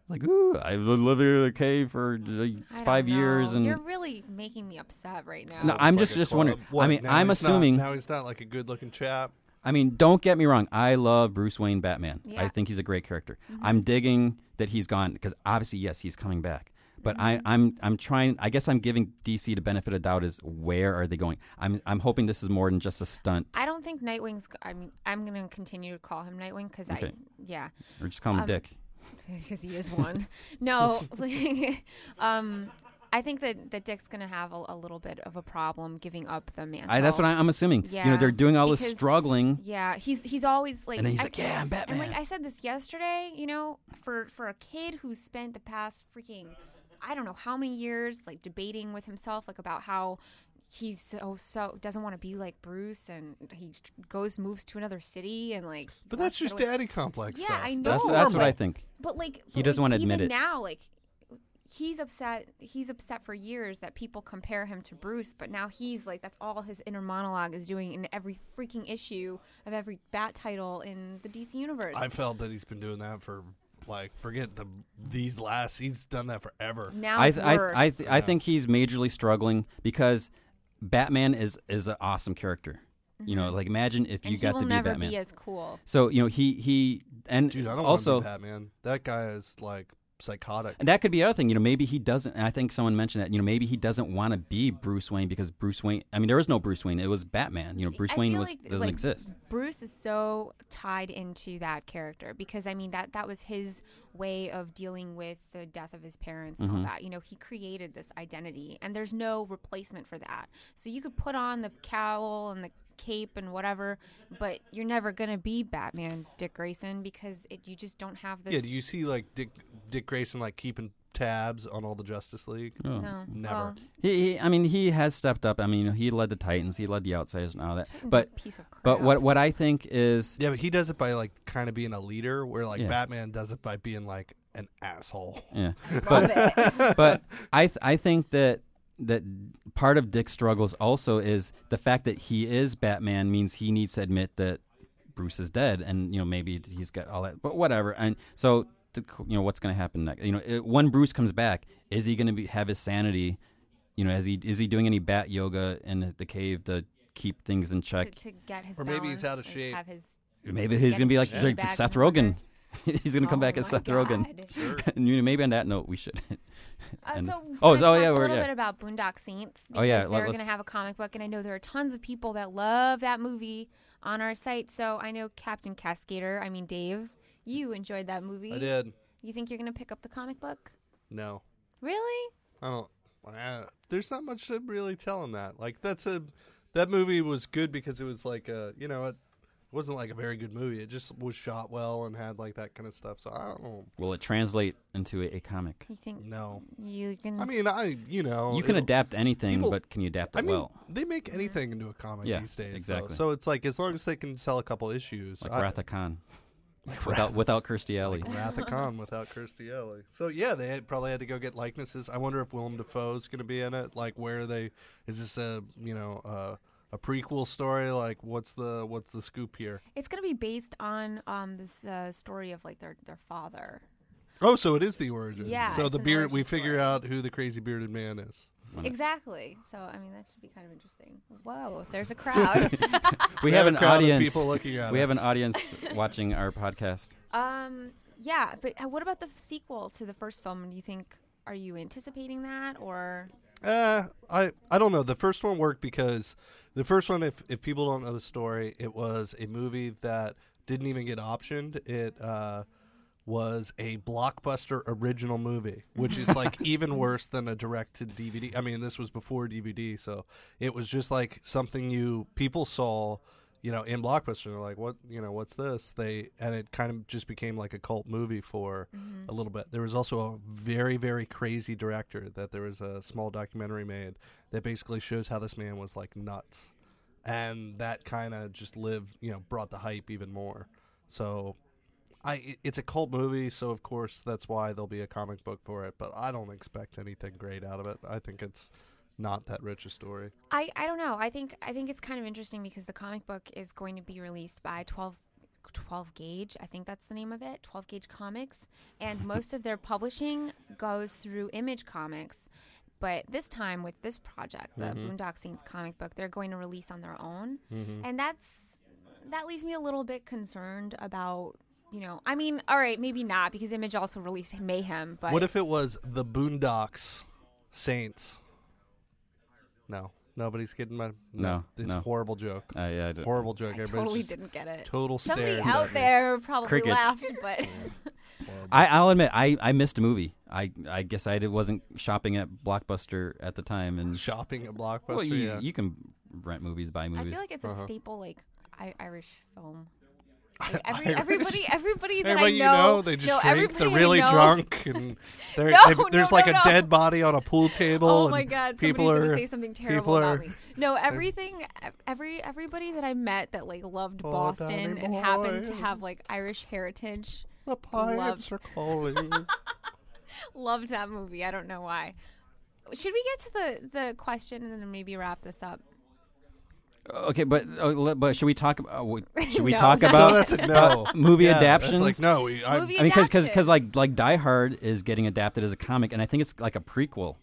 Speaker 1: Like, ooh, I've been living in a cave for like,
Speaker 2: I don't
Speaker 1: five years,
Speaker 2: know.
Speaker 1: and
Speaker 2: You're really making me upset right now.
Speaker 1: No, I'm just
Speaker 3: Like a
Speaker 1: just
Speaker 3: club.
Speaker 1: wondering.
Speaker 3: What,
Speaker 1: I mean,
Speaker 3: now
Speaker 1: I'm
Speaker 3: he's not-
Speaker 1: assuming.
Speaker 3: now he's not like a good looking chap.
Speaker 1: I mean, don't get me wrong. I love Bruce Wayne Batman. I
Speaker 2: Yeah. Mm-hmm.
Speaker 1: think he's a great character. I'm digging that he's gone because obviously, yes, he's coming back. But I,
Speaker 2: Mm-hmm.
Speaker 1: I'm I'm trying. I guess I'm giving DC the benefit of doubt. Is where are they going? I'm I'm hoping this is more than just a stunt,
Speaker 2: I don't think Nightwing's. g- I'm. I'm gonna continue to call him Nightwing because I.
Speaker 1: Okay.
Speaker 2: Yeah,
Speaker 1: or just
Speaker 2: um,
Speaker 1: call him Dick.
Speaker 2: because he is one. no, like, um, I think that that Dick's gonna have a, a little bit of a problem giving up the mantle.
Speaker 1: I, that's what I, I'm assuming. you know,
Speaker 2: yeah,
Speaker 1: they're doing all this
Speaker 2: because-
Speaker 1: struggling,
Speaker 2: Yeah, he's he's always like.
Speaker 1: and then he's
Speaker 2: I-
Speaker 1: like, "Yeah, I'm Batman."
Speaker 2: And like I said this yesterday, you know, for for a kid who spent the past freaking I don't know how many years like debating with himself like about how he's so so doesn't want to be like Bruce and he t- goes moves to another city and like
Speaker 3: But
Speaker 2: wants
Speaker 3: that's
Speaker 2: to
Speaker 3: just
Speaker 2: get away-
Speaker 3: daddy complex.
Speaker 2: Yeah,
Speaker 3: stuff.
Speaker 2: I know.
Speaker 1: that's
Speaker 2: No,
Speaker 1: that's what
Speaker 2: but-
Speaker 1: I think.
Speaker 2: But like
Speaker 1: He
Speaker 2: but,
Speaker 1: doesn't
Speaker 2: like,
Speaker 1: wanna
Speaker 2: even
Speaker 1: admit it.
Speaker 2: Now like he's upset he's upset for years that people compare him to Bruce, but now he's like that's all his inner monologue is doing in every freaking issue of every bat title in the DC universe.
Speaker 3: I felt that he's been doing that for like forget the these last. He's done that forever.
Speaker 2: now
Speaker 1: I
Speaker 2: it's
Speaker 1: th- I
Speaker 2: worse.
Speaker 1: I, th- I think he's majorly struggling because Batman is is an awesome character. You know, like imagine if you
Speaker 2: Mm-hmm. and
Speaker 1: got
Speaker 2: he will
Speaker 1: to be
Speaker 2: never
Speaker 1: Batman.
Speaker 2: be as cool.
Speaker 1: so you know he he and
Speaker 3: Dude, I don't
Speaker 1: also
Speaker 3: want to be Batman. That guy is like psychotic.
Speaker 1: and that could be another thing. You know, maybe he doesn't. And I think someone mentioned that. You know, maybe he doesn't want to be Bruce Wayne because Bruce Wayne. I mean, there was no Bruce Wayne. It was Batman. You know, Bruce
Speaker 2: I
Speaker 1: Wayne
Speaker 2: feel
Speaker 1: was
Speaker 2: like-
Speaker 1: doesn't
Speaker 2: like,
Speaker 1: exist.
Speaker 2: Bruce is so tied into that character because I mean that that was his way of dealing with the death of his parents and
Speaker 1: Mm-hmm.
Speaker 2: all that. You know, he created this identity, and there's no replacement for that. So you could put on the cowl and the cape and whatever, but you're never gonna be Batman, Dick Grayson, because it, you just don't have this.
Speaker 3: Yeah, do you see like Dick Dick Grayson like keeping tabs on all the Justice League?
Speaker 1: Mm.
Speaker 2: No,
Speaker 3: Never.
Speaker 2: well,
Speaker 1: He, he, I mean, he has stepped up. I mean, you know, he led the Titans. He led the Outsiders and all that.
Speaker 2: Titans are
Speaker 1: But
Speaker 2: a piece of crap.
Speaker 1: but what what I think is
Speaker 3: Yeah, but he does it by like kind of being a leader, where like
Speaker 1: Yeah.
Speaker 3: Batman does it by being like an asshole.
Speaker 1: yeah.
Speaker 2: Love it.
Speaker 1: but I th- I think that that part of Dick's struggles also is the fact that he is Batman means he needs to admit that Bruce is dead, and you know maybe he's got all that, but whatever. And so the c- you know what's going to happen next? You know it, when Bruce comes back, is he going to be have his sanity? You know, is he is he doing any bat yoga in the cave to keep things in
Speaker 2: to,
Speaker 1: check?
Speaker 2: to get his
Speaker 3: Or maybe he's
Speaker 2: balance
Speaker 3: out of
Speaker 2: and
Speaker 3: shape.
Speaker 2: Have his
Speaker 1: Maybe he's
Speaker 2: Get
Speaker 1: going to be like
Speaker 2: his chi
Speaker 1: like
Speaker 2: back
Speaker 1: Seth
Speaker 2: in order.
Speaker 1: Rogen. he's going to come
Speaker 2: Oh
Speaker 1: back as
Speaker 2: my
Speaker 1: Seth Rogen.
Speaker 2: God.
Speaker 1: and you know, maybe on that note, we should
Speaker 2: Uh,
Speaker 1: And-
Speaker 2: so
Speaker 1: oh,
Speaker 2: oh,
Speaker 1: so- oh, yeah,
Speaker 2: yeah, a
Speaker 1: we're-
Speaker 2: little
Speaker 1: yeah.
Speaker 2: bit about Boondock Saints because
Speaker 1: Oh, yeah, let-
Speaker 2: they're going to
Speaker 1: let's-
Speaker 2: have a comic book, and I know there are tons of people that love that movie on our site. So I know Captain Cascader. I mean, Dave, you enjoyed that movie.
Speaker 3: I did.
Speaker 2: You think you're going to pick up the comic book?
Speaker 3: No,
Speaker 2: Really?
Speaker 3: I don't. Uh, there's not much to really tell in that. Like that's a that movie was good because it was like a you know it wasn't like a very good movie. It just was shot well and had like that kind of stuff. So I don't
Speaker 1: Will it translate into a, a comic?
Speaker 2: You think
Speaker 3: know.
Speaker 2: you can?
Speaker 3: I mean, I you know
Speaker 1: You can
Speaker 3: Oh, it'll-
Speaker 1: adapt anything,
Speaker 3: people-
Speaker 1: but can you adapt it
Speaker 3: I mean,
Speaker 1: well?
Speaker 3: they make anything into a comic
Speaker 1: Yeah,
Speaker 3: these days. though.
Speaker 1: exactly.
Speaker 3: So it's like as long as they can sell a couple issues,
Speaker 1: Like
Speaker 3: I-
Speaker 1: Ratha Khan. without without Kirstie Alley.
Speaker 3: Wrath of Khan without Kirstie Alley. So yeah, they had, probably had to go get likenesses. I wonder if Willem Dafoe's going to be in it. Like, where are they? Is this a you know uh, a prequel story? Like, what's the what's the scoop here?
Speaker 2: it's going to be based on um this uh, story of like their their father.
Speaker 3: Oh, so it is the origin.
Speaker 2: Yeah,
Speaker 3: So
Speaker 2: it's
Speaker 3: the
Speaker 2: an
Speaker 3: beard.
Speaker 2: origin
Speaker 3: We figure
Speaker 2: story.
Speaker 3: out who the crazy bearded man is.
Speaker 1: Right.
Speaker 2: Exactly. So I mean, that should be kind of interesting. Whoa, there's a crowd.
Speaker 1: We have
Speaker 3: a
Speaker 1: an
Speaker 3: crowd of
Speaker 1: audience.
Speaker 3: people looking at
Speaker 1: we have an
Speaker 3: us.
Speaker 1: audience watching our podcast.
Speaker 2: Um, yeah, but uh, what about the f- sequel to the first film? Do you think are you anticipating that or
Speaker 3: Uh, I I don't know. The first one worked because the first one, if if people don't know the story, it was a movie that didn't even get optioned. It uh, was a blockbuster original movie, which is like even worse than a direct to DVD. I mean, this was before DVD, so it was just like something you people saw. You know, in Blockbuster, they're like, "What? You know, what's this?" They and it kind of just became like a cult movie for a little bit. There was also a very, very crazy director that there was a small documentary made that basically shows how this man was like nuts. And that kind of just lived, you know, brought the hype even more. So I it- it's a cult movie, so of course that's why there'll be a comic book for it, but I don't expect anything great out of it. I think it's not that rich a story.
Speaker 2: I I don't know. I think I think it's kind of interesting because the comic book is going to be released by 12 12 gauge i think that's the name of it 12 gauge comics and most of their publishing goes through image comics but this time with this project the
Speaker 3: Mm-hmm.
Speaker 2: boondock saints comic book they're going to release on their own and that's that leaves me a little bit concerned about you know i mean all right maybe not because image also released mayhem but
Speaker 3: What if it was the Boondocks Saints? No. Nobody's getting my
Speaker 1: No,
Speaker 3: It's
Speaker 1: no.
Speaker 3: a horrible joke.
Speaker 1: I, Uh, I d-
Speaker 3: Horrible joke.
Speaker 2: i
Speaker 3: Everybody's
Speaker 2: totally
Speaker 3: just
Speaker 2: didn't get it
Speaker 3: Total
Speaker 2: somebody
Speaker 3: stares
Speaker 2: out
Speaker 3: at me.
Speaker 2: there probably
Speaker 1: Crickets.
Speaker 2: laughed but
Speaker 1: I, I'll admit, I, I missed a movie. I, I guess I did, wasn't shopping at Blockbuster at the time, and
Speaker 3: shopping at Blockbuster.
Speaker 1: well, you,
Speaker 3: yeah.
Speaker 1: you can rent movies, buy
Speaker 2: I
Speaker 1: movies.
Speaker 2: feel like it's
Speaker 3: Uh-huh.
Speaker 2: a staple, like I- Irish film. Like, every,
Speaker 3: Irish?
Speaker 2: Everybody, everybody that
Speaker 3: Everybody
Speaker 2: I
Speaker 3: you
Speaker 2: know,
Speaker 3: know, they just
Speaker 2: no,
Speaker 3: drink. They're
Speaker 2: everybody I
Speaker 3: really
Speaker 2: know-
Speaker 3: drunk, and they're,
Speaker 2: No,
Speaker 3: they've-
Speaker 2: no,
Speaker 3: there's
Speaker 2: no,
Speaker 3: like a
Speaker 2: no.
Speaker 3: dead body on a pool table.
Speaker 2: Oh
Speaker 3: and
Speaker 2: my god!
Speaker 3: people
Speaker 2: somebody's
Speaker 3: are
Speaker 2: gonna say something terrible
Speaker 3: people
Speaker 2: about
Speaker 3: are-
Speaker 2: me. No, everything, every everybody that I met that like loved
Speaker 3: Oh,
Speaker 2: Boston
Speaker 3: darling
Speaker 2: and happened to
Speaker 3: boy.
Speaker 2: have like Irish heritage
Speaker 3: the pirates are calling.
Speaker 2: loved that movie. I don't know why. Should we get to the the question and then maybe wrap this up?
Speaker 1: okay, but uh, le- but should we talk about what- should we
Speaker 2: No,
Speaker 1: talk
Speaker 2: not
Speaker 1: about uh,
Speaker 3: so that's Uh, a no
Speaker 1: movie
Speaker 3: yeah, that's
Speaker 1: adaptions?
Speaker 3: Like no, we, I,
Speaker 2: Movie
Speaker 1: I mean, because
Speaker 2: adapted.
Speaker 1: like like Die Hard is getting adapted as a comic, and I think it's like a prequel.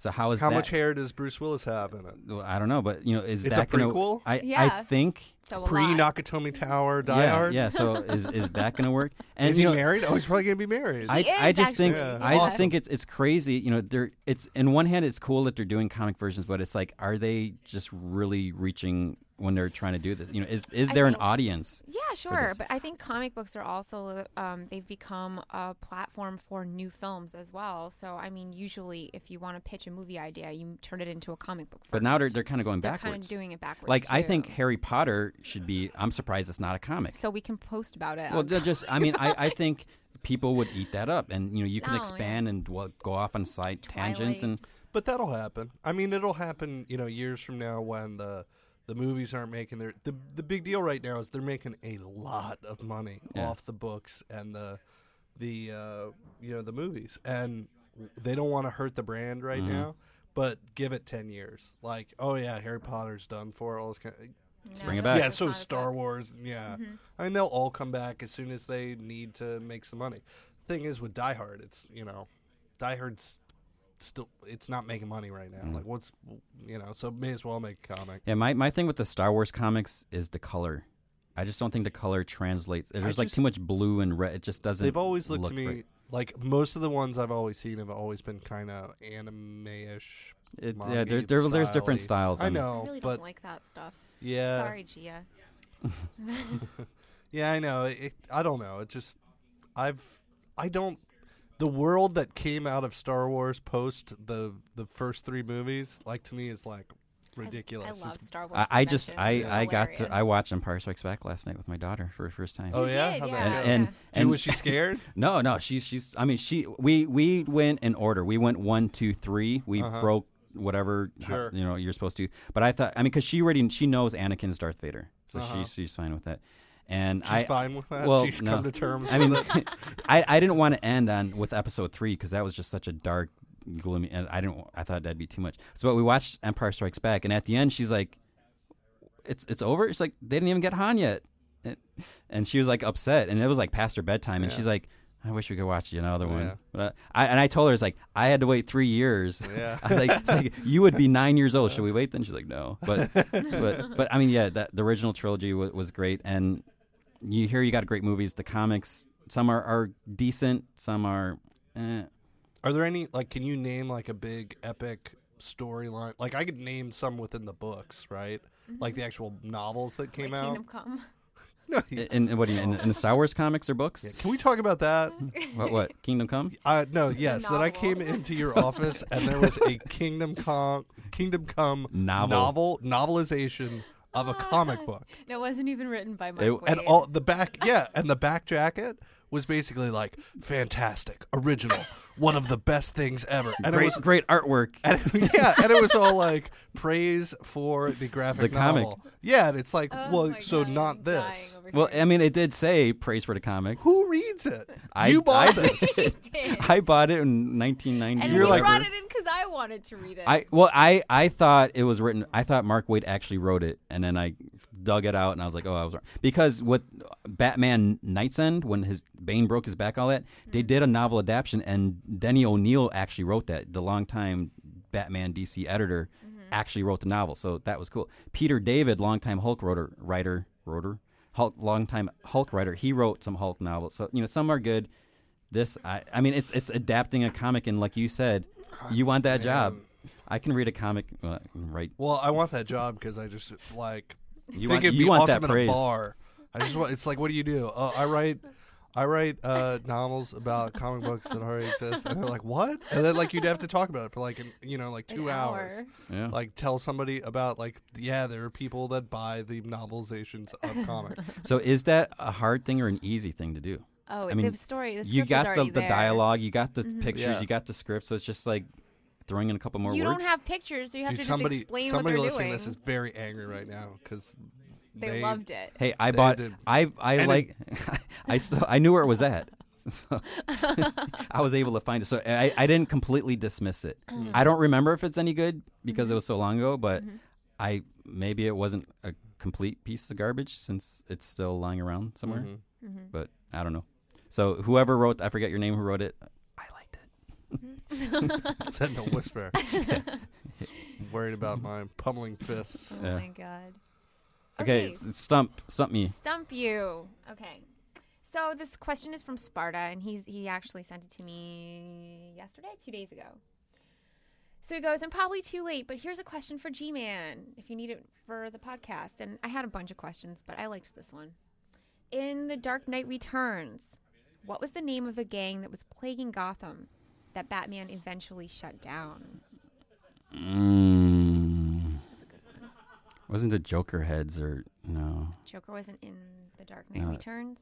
Speaker 1: So how is
Speaker 3: how
Speaker 1: that?
Speaker 3: much hair does Bruce Willis have in it?
Speaker 1: Well, I don't know, but you know, is
Speaker 3: It's a
Speaker 1: that gonna-
Speaker 3: prequel?
Speaker 1: I I
Speaker 2: Yeah.
Speaker 1: think.
Speaker 2: So a
Speaker 3: Pre
Speaker 2: lot.
Speaker 3: Nakatomi Tower, Die
Speaker 1: yeah,
Speaker 3: Hard.
Speaker 1: yeah. So is is that going to work? And
Speaker 3: Is
Speaker 1: you
Speaker 3: he
Speaker 1: know,
Speaker 3: married? Oh, he's probably gonna be married.
Speaker 1: I,
Speaker 2: He
Speaker 1: I
Speaker 2: is,
Speaker 1: just think
Speaker 3: actually.
Speaker 1: I just
Speaker 3: Yeah.
Speaker 1: think it's it's crazy. You know, they're it's in one hand it's cool that they're doing comic versions, but it's like, are they just really reaching when they're trying to do this? You know, is is
Speaker 2: I
Speaker 1: there an
Speaker 2: think-
Speaker 1: audience?
Speaker 2: Yeah, sure.
Speaker 1: this.
Speaker 2: But I think comic books are also, um, they've become a platform for new films as well. So, I mean, usually if you want to pitch a movie idea, you turn it into a comic book.
Speaker 1: But now
Speaker 2: first.
Speaker 1: they're they're kind of going
Speaker 2: They're
Speaker 1: backwards.
Speaker 2: kind of doing it backwards.
Speaker 1: like I think
Speaker 2: too.
Speaker 1: Harry Potter should be. I'm surprised it's not a comic.
Speaker 2: So we can post about it.
Speaker 1: Well,
Speaker 2: on-
Speaker 1: they're just I mean, I, I think people would eat that up, and you know, you can
Speaker 2: No, yeah.
Speaker 1: expand and dwell, go off on side tangents, and
Speaker 2: Twilight.
Speaker 3: But that'll happen. I mean, it'll happen. You know, years from now when the the movies aren't making their the the big deal right now is they're making a lot of money
Speaker 1: Yeah.
Speaker 3: off the books and the the uh, you know the movies, and they don't want to hurt the brand right
Speaker 1: Mm-hmm.
Speaker 3: now. But give it ten years. Like, oh yeah, Harry Potter's done for. All this kind.
Speaker 2: No,
Speaker 1: bring it
Speaker 2: it's
Speaker 1: back.
Speaker 3: Yeah,
Speaker 2: just
Speaker 3: so
Speaker 2: not a
Speaker 3: Star
Speaker 2: book.
Speaker 3: Wars. Yeah,
Speaker 2: Mm-hmm.
Speaker 3: I mean they'll all come back as soon as they need to make some money. Thing is with Die Hard, it's you know, Die Hard's still it's not making money right
Speaker 1: Mm.
Speaker 3: now. Like what's you know, so may as well make a comic.
Speaker 1: yeah. My my thing with the Star Wars comics is the color. I just don't think the color translates. There's like
Speaker 3: just-
Speaker 1: too much blue and red. It just doesn't.
Speaker 3: They've always looked
Speaker 1: look
Speaker 3: to me
Speaker 1: right.
Speaker 3: like most of the ones I've always seen have always been kind of anime-ish.
Speaker 1: It,
Speaker 3: manga
Speaker 1: yeah, there, there- there's different
Speaker 3: style-y.
Speaker 1: styles.
Speaker 3: I
Speaker 1: and-
Speaker 3: know,
Speaker 2: I really
Speaker 3: but
Speaker 2: don't like that stuff.
Speaker 3: yeah,
Speaker 2: Sorry, Gia.
Speaker 3: yeah, I know. It, I don't know. It just I've I don't the world that came out of Star Wars post the the first three movies like to me is like ridiculous.
Speaker 2: I,
Speaker 3: It's-
Speaker 2: love Star Wars.
Speaker 1: I, I just I,
Speaker 2: conventions.
Speaker 1: I got to, I
Speaker 2: Hilarious.
Speaker 1: watched Empire Strikes Back last night with my daughter for the first time.
Speaker 3: Oh,
Speaker 2: You
Speaker 3: yeah?
Speaker 2: did,
Speaker 3: How'd that
Speaker 2: yeah.
Speaker 1: and
Speaker 3: go?
Speaker 1: and,
Speaker 3: Dude,
Speaker 1: and
Speaker 3: was she scared?
Speaker 1: No, no, she's she's. I mean, she we we went in order. We went one, two, three. We
Speaker 3: Uh-huh.
Speaker 1: broke whatever ho-
Speaker 3: Sure.
Speaker 1: you know you're supposed to. But I thought, I mean, because she already she knows Anakin's Darth Vader, so
Speaker 3: Uh-huh.
Speaker 1: she's she's fine with that. And
Speaker 3: She's
Speaker 1: I
Speaker 3: fine with that.
Speaker 1: well,
Speaker 3: She's
Speaker 1: no.
Speaker 3: come to terms.
Speaker 1: I mean, I I didn't want to end on with episode three because that was just such a dark, gloomy, and I didn't. I thought that'd be too much. So, but we watched Empire Strikes Back, and at the end, she's like, "It's it's over." It's like they didn't even get Han yet, and, and she was like upset, and it was like past her bedtime, and
Speaker 3: Yeah.
Speaker 1: she's like. I wish we could watch another one.
Speaker 3: Yeah.
Speaker 1: But uh, I, I- and I told her it's like I had to wait three years.
Speaker 3: Yeah.
Speaker 1: I was like, it's like you would be nine years old. Should we wait then? She's like, no. But but but I mean, yeah, that, the original trilogy was, was great, and you hear you got great movies. The comics, some are, are decent, some are. Eh.
Speaker 3: Are there any like? Can you name like a big epic storyline? Like I could name some within the books, right? Like the actual novels that came
Speaker 2: Mm-hmm. Like
Speaker 3: out.
Speaker 2: Kingdom Come.
Speaker 3: No, yeah.
Speaker 1: In, in what do you mean? In, in the Star Wars comics or books?
Speaker 3: Can we talk about that?
Speaker 1: What what Kingdom Come?
Speaker 3: Uh, no, yes. That I came
Speaker 2: novel.
Speaker 3: into your office and there was a Kingdom Come, Kingdom Come
Speaker 1: Novel.
Speaker 3: novel novelization of
Speaker 2: Ah,
Speaker 3: a comic book,
Speaker 2: No, it wasn't even written by Mike.
Speaker 1: It-
Speaker 2: Wade.
Speaker 3: and all the back, yeah, and the back jacket was basically like fantastic, original, one of the best things ever, and
Speaker 1: great
Speaker 3: it was
Speaker 1: great artwork.
Speaker 3: And it- yeah, and it was all like praise for the graphic
Speaker 1: The comic.
Speaker 3: novel. Yeah, and it's like,
Speaker 2: Oh
Speaker 3: well,
Speaker 2: my
Speaker 3: so
Speaker 2: God, I'm dying
Speaker 3: not this.
Speaker 2: over
Speaker 1: Well,
Speaker 2: here.
Speaker 1: I mean, it did say praise for the comic.
Speaker 3: Who reads it?
Speaker 1: I,
Speaker 3: you bought
Speaker 1: I
Speaker 3: this.
Speaker 1: Did.
Speaker 2: did.
Speaker 1: I bought it in 1990.
Speaker 2: and
Speaker 1: or
Speaker 2: we
Speaker 3: like-
Speaker 2: brought
Speaker 1: whatever.
Speaker 2: it in because I wanted to read it.
Speaker 1: I well, I I thought it was written. I thought Mark Waid actually wrote it, and then I dug it out, and I was like, oh, I was wrong. Because with Batman Night's End, when his Bane broke his back, all that they did a novel adaptation, and Denny O'Neil actually wrote that. The longtime Batman DC editor actually wrote the novel, so that was cool. Peter David, longtime Hulk writer, writer, writer, Hulk, longtime Hulk writer, he wrote some Hulk novels. So you know, some are good. This, I, I mean, it's it's adapting a comic, and like you said, you want that job. I can read a comic, uh, right?
Speaker 3: Well, I want that job because I just like
Speaker 1: You
Speaker 3: think
Speaker 1: want-
Speaker 3: it'd
Speaker 1: you
Speaker 3: be
Speaker 1: want
Speaker 3: awesome
Speaker 1: that
Speaker 3: in
Speaker 1: praise.
Speaker 3: a bar. I just want. It's like, what do you do? Uh, I write. I write uh, novels about comic books that already exist, and they're like, "What?" And then, like, you'd have to talk about it for like, an, you know, like
Speaker 2: An
Speaker 3: two
Speaker 2: hour.
Speaker 3: hours.
Speaker 1: Yeah.
Speaker 3: Like, tell somebody about like, yeah, there are people that buy the novelizations of comics.
Speaker 1: so is that a hard thing or an easy thing to do?
Speaker 2: oh,
Speaker 1: I mean,
Speaker 2: the story. The
Speaker 1: you
Speaker 2: script is
Speaker 1: got the,
Speaker 2: already
Speaker 1: the
Speaker 2: there. Mm-hmm.
Speaker 1: dialogue, you got the pictures,
Speaker 3: Yeah.
Speaker 1: you got the script, so it's just like throwing in a couple more
Speaker 2: you
Speaker 1: words.
Speaker 2: don't have pictures. So you have
Speaker 3: Dude,
Speaker 2: to
Speaker 3: somebody,
Speaker 2: just explain
Speaker 3: somebody
Speaker 2: what they're
Speaker 3: listening
Speaker 2: doing.
Speaker 3: to this is very angry right now because
Speaker 2: they, loved it.
Speaker 1: hey, I
Speaker 3: They
Speaker 1: bought.
Speaker 3: did.
Speaker 1: I I
Speaker 3: And it-
Speaker 1: like. I still I knew where it was at. So I was able to find it, so I, I didn't completely dismiss it.
Speaker 3: Mm-hmm.
Speaker 1: I don't remember if it's any good because it was so long ago, but I maybe it wasn't a complete piece of garbage since it's still lying around somewhere.
Speaker 3: Mm-hmm.
Speaker 2: Mm-hmm.
Speaker 1: but I don't know. So whoever wrote, I forget your name, who wrote it. I liked it.
Speaker 3: said in a whisper. Worried about my pummeling fists.
Speaker 2: Oh
Speaker 1: Yeah.
Speaker 2: my god.
Speaker 1: Okay, s- stump, stump me.
Speaker 2: Stump you. Okay. So this question is from Sparta, and he's he actually sent it to me yesterday, two days ago. So he goes, I'm probably too late, but here's a question for G Man if you need it for the podcast. And I had a bunch of questions, but I liked this one. In The Dark Knight Returns, what was the name of the gang that was plaguing Gotham that Batman eventually shut down?
Speaker 1: Mm. Wasn't it Joker heads or no?
Speaker 2: Joker wasn't in The Dark Knight
Speaker 1: No.
Speaker 2: Returns.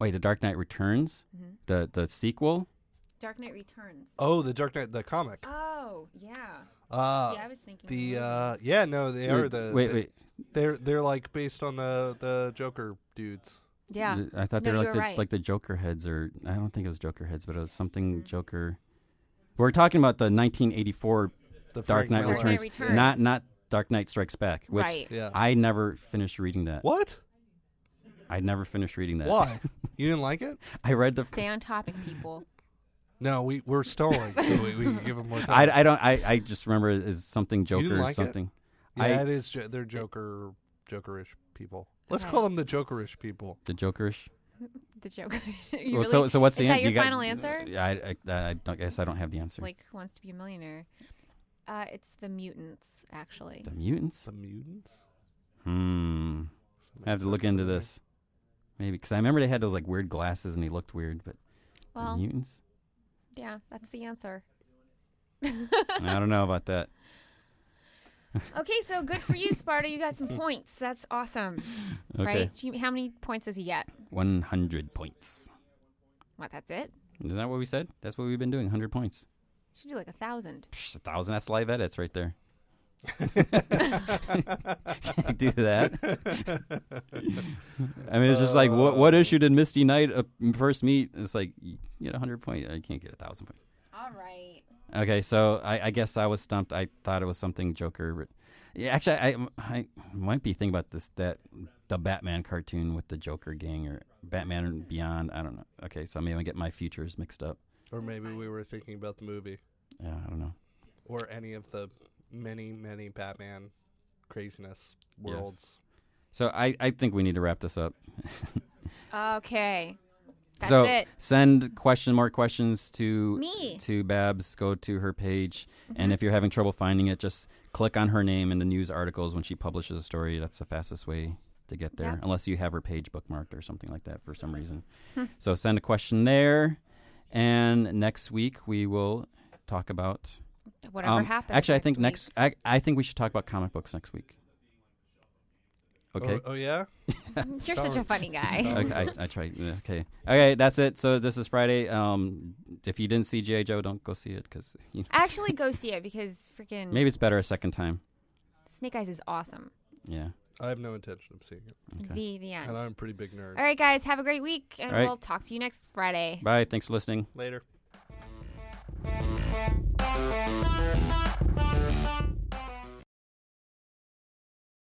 Speaker 1: Wait, The Dark Knight Returns,
Speaker 2: Mm-hmm.
Speaker 1: the the sequel.
Speaker 2: Dark Knight Returns.
Speaker 3: Oh, the Dark Knight, the comic.
Speaker 2: Oh, yeah.
Speaker 3: Uh,
Speaker 2: See, I was thinking
Speaker 3: the
Speaker 2: the
Speaker 3: uh, yeah, no, they are
Speaker 1: wait,
Speaker 3: the
Speaker 1: wait,
Speaker 3: they-
Speaker 1: wait.
Speaker 3: They're they're like based on the the Joker dudes.
Speaker 2: Yeah.
Speaker 1: Th- I thought they
Speaker 2: No,
Speaker 1: were
Speaker 2: you
Speaker 1: like
Speaker 2: were
Speaker 1: the,
Speaker 2: right.
Speaker 1: like the Joker heads, or I don't think it was Joker heads, but it was
Speaker 2: Mm-hmm.
Speaker 1: something Joker. We're talking about the 1984
Speaker 3: The
Speaker 1: Dark
Speaker 3: Frank
Speaker 1: Knight
Speaker 3: Miller.
Speaker 2: Dark Knight
Speaker 1: Returns,
Speaker 2: Returns.
Speaker 1: not not Dark Knight Strikes Back, which
Speaker 2: right.
Speaker 3: Yeah.
Speaker 1: I never finished reading that.
Speaker 3: what?
Speaker 1: I never finished reading that.
Speaker 3: Why? You didn't like it?
Speaker 1: I read the
Speaker 2: Stay on topic, people.
Speaker 3: No, we we're stalling, so we, we can give them more time.
Speaker 1: I, I don't. I, I just remember it as something
Speaker 3: didn't
Speaker 1: Joker or
Speaker 3: like it?
Speaker 1: something.
Speaker 3: yeah,
Speaker 1: I-
Speaker 3: it is. Jo- they're Joker Jokerish people. Let's
Speaker 2: Okay.
Speaker 3: call them the Jokerish people.
Speaker 1: The Jokerish.
Speaker 2: the joke. You
Speaker 1: Well,
Speaker 2: really-
Speaker 1: so so what's the
Speaker 2: is
Speaker 1: answer?
Speaker 2: that your final answer?
Speaker 1: uh, Yeah, I, I, I don't guess I don't have the answer.
Speaker 2: like who wants to be a millionaire? Uh, it's the mutants, actually.
Speaker 1: the mutants.
Speaker 3: Some mutants.
Speaker 1: Hmm. I have to look into this. Maybe because I remember they had those like weird glasses and he looked weird, but the
Speaker 2: Well,
Speaker 1: mutants.
Speaker 2: yeah, that's the answer.
Speaker 1: I don't know about that.
Speaker 2: okay, so good for you, Sparta. You got some points. That's awesome,
Speaker 1: Okay,
Speaker 2: right? Do you- How many points does he get?
Speaker 1: one hundred points.
Speaker 2: What? That's it.
Speaker 1: Isn't that what we said? That's what we've been doing. Hundred points.
Speaker 2: Should do like a thousand.
Speaker 1: Psh, a thousand. That's live edits right there. Can't do that. I mean, it's just like what what issue did Misty Knight uh, first meet? It's like you get hundred points. I can't get a thousand points.
Speaker 2: All right.
Speaker 1: Okay, so I, I guess I was stumped. I thought it was something Joker. but- Yeah, actually, I, I might be thinking about this that the Batman cartoon with the Joker gang or Batman and Beyond. I don't know. Okay, so maybe I get my futures mixed up.
Speaker 3: Or maybe we were thinking about the movie
Speaker 1: Yeah, I don't know.
Speaker 3: or any of the many, many Batman craziness worlds.
Speaker 1: So I, I think we need to wrap this up.
Speaker 2: Okay. That's
Speaker 1: so
Speaker 2: it.
Speaker 1: send question mark questions to
Speaker 2: Me.
Speaker 1: to Babs. Go to her page, and if you're having trouble finding it, just click on her name in the news articles when she publishes a story. That's the fastest way to get there,
Speaker 2: Yeah. Hmm.
Speaker 1: unless you have her page bookmarked or something like that for some reason. so send a question there, and next week we will talk about
Speaker 2: Whatever
Speaker 1: um,
Speaker 2: happens.
Speaker 1: Actually, I think
Speaker 2: week.
Speaker 1: next I, I think we should talk about comic books next week. Okay.
Speaker 3: Oh, oh yeah.
Speaker 2: You're such a funny guy.
Speaker 1: okay, I, I tried. yeah, Okay, okay, that's it. So this is Friday. Um, if you didn't see GI Joe, don't go see it because you know,
Speaker 2: Actually, go see it because freaking
Speaker 1: maybe it's better a second time.
Speaker 2: Snake Eyes is awesome.
Speaker 1: Yeah.
Speaker 3: I have no intention of seeing it,
Speaker 1: Okay.
Speaker 2: The the end.
Speaker 3: and I'm a pretty big nerd.
Speaker 2: All right, guys, have a great week, and
Speaker 1: All right.
Speaker 2: we'll talk to you next Friday.
Speaker 1: Bye. Thanks for listening.
Speaker 3: Later.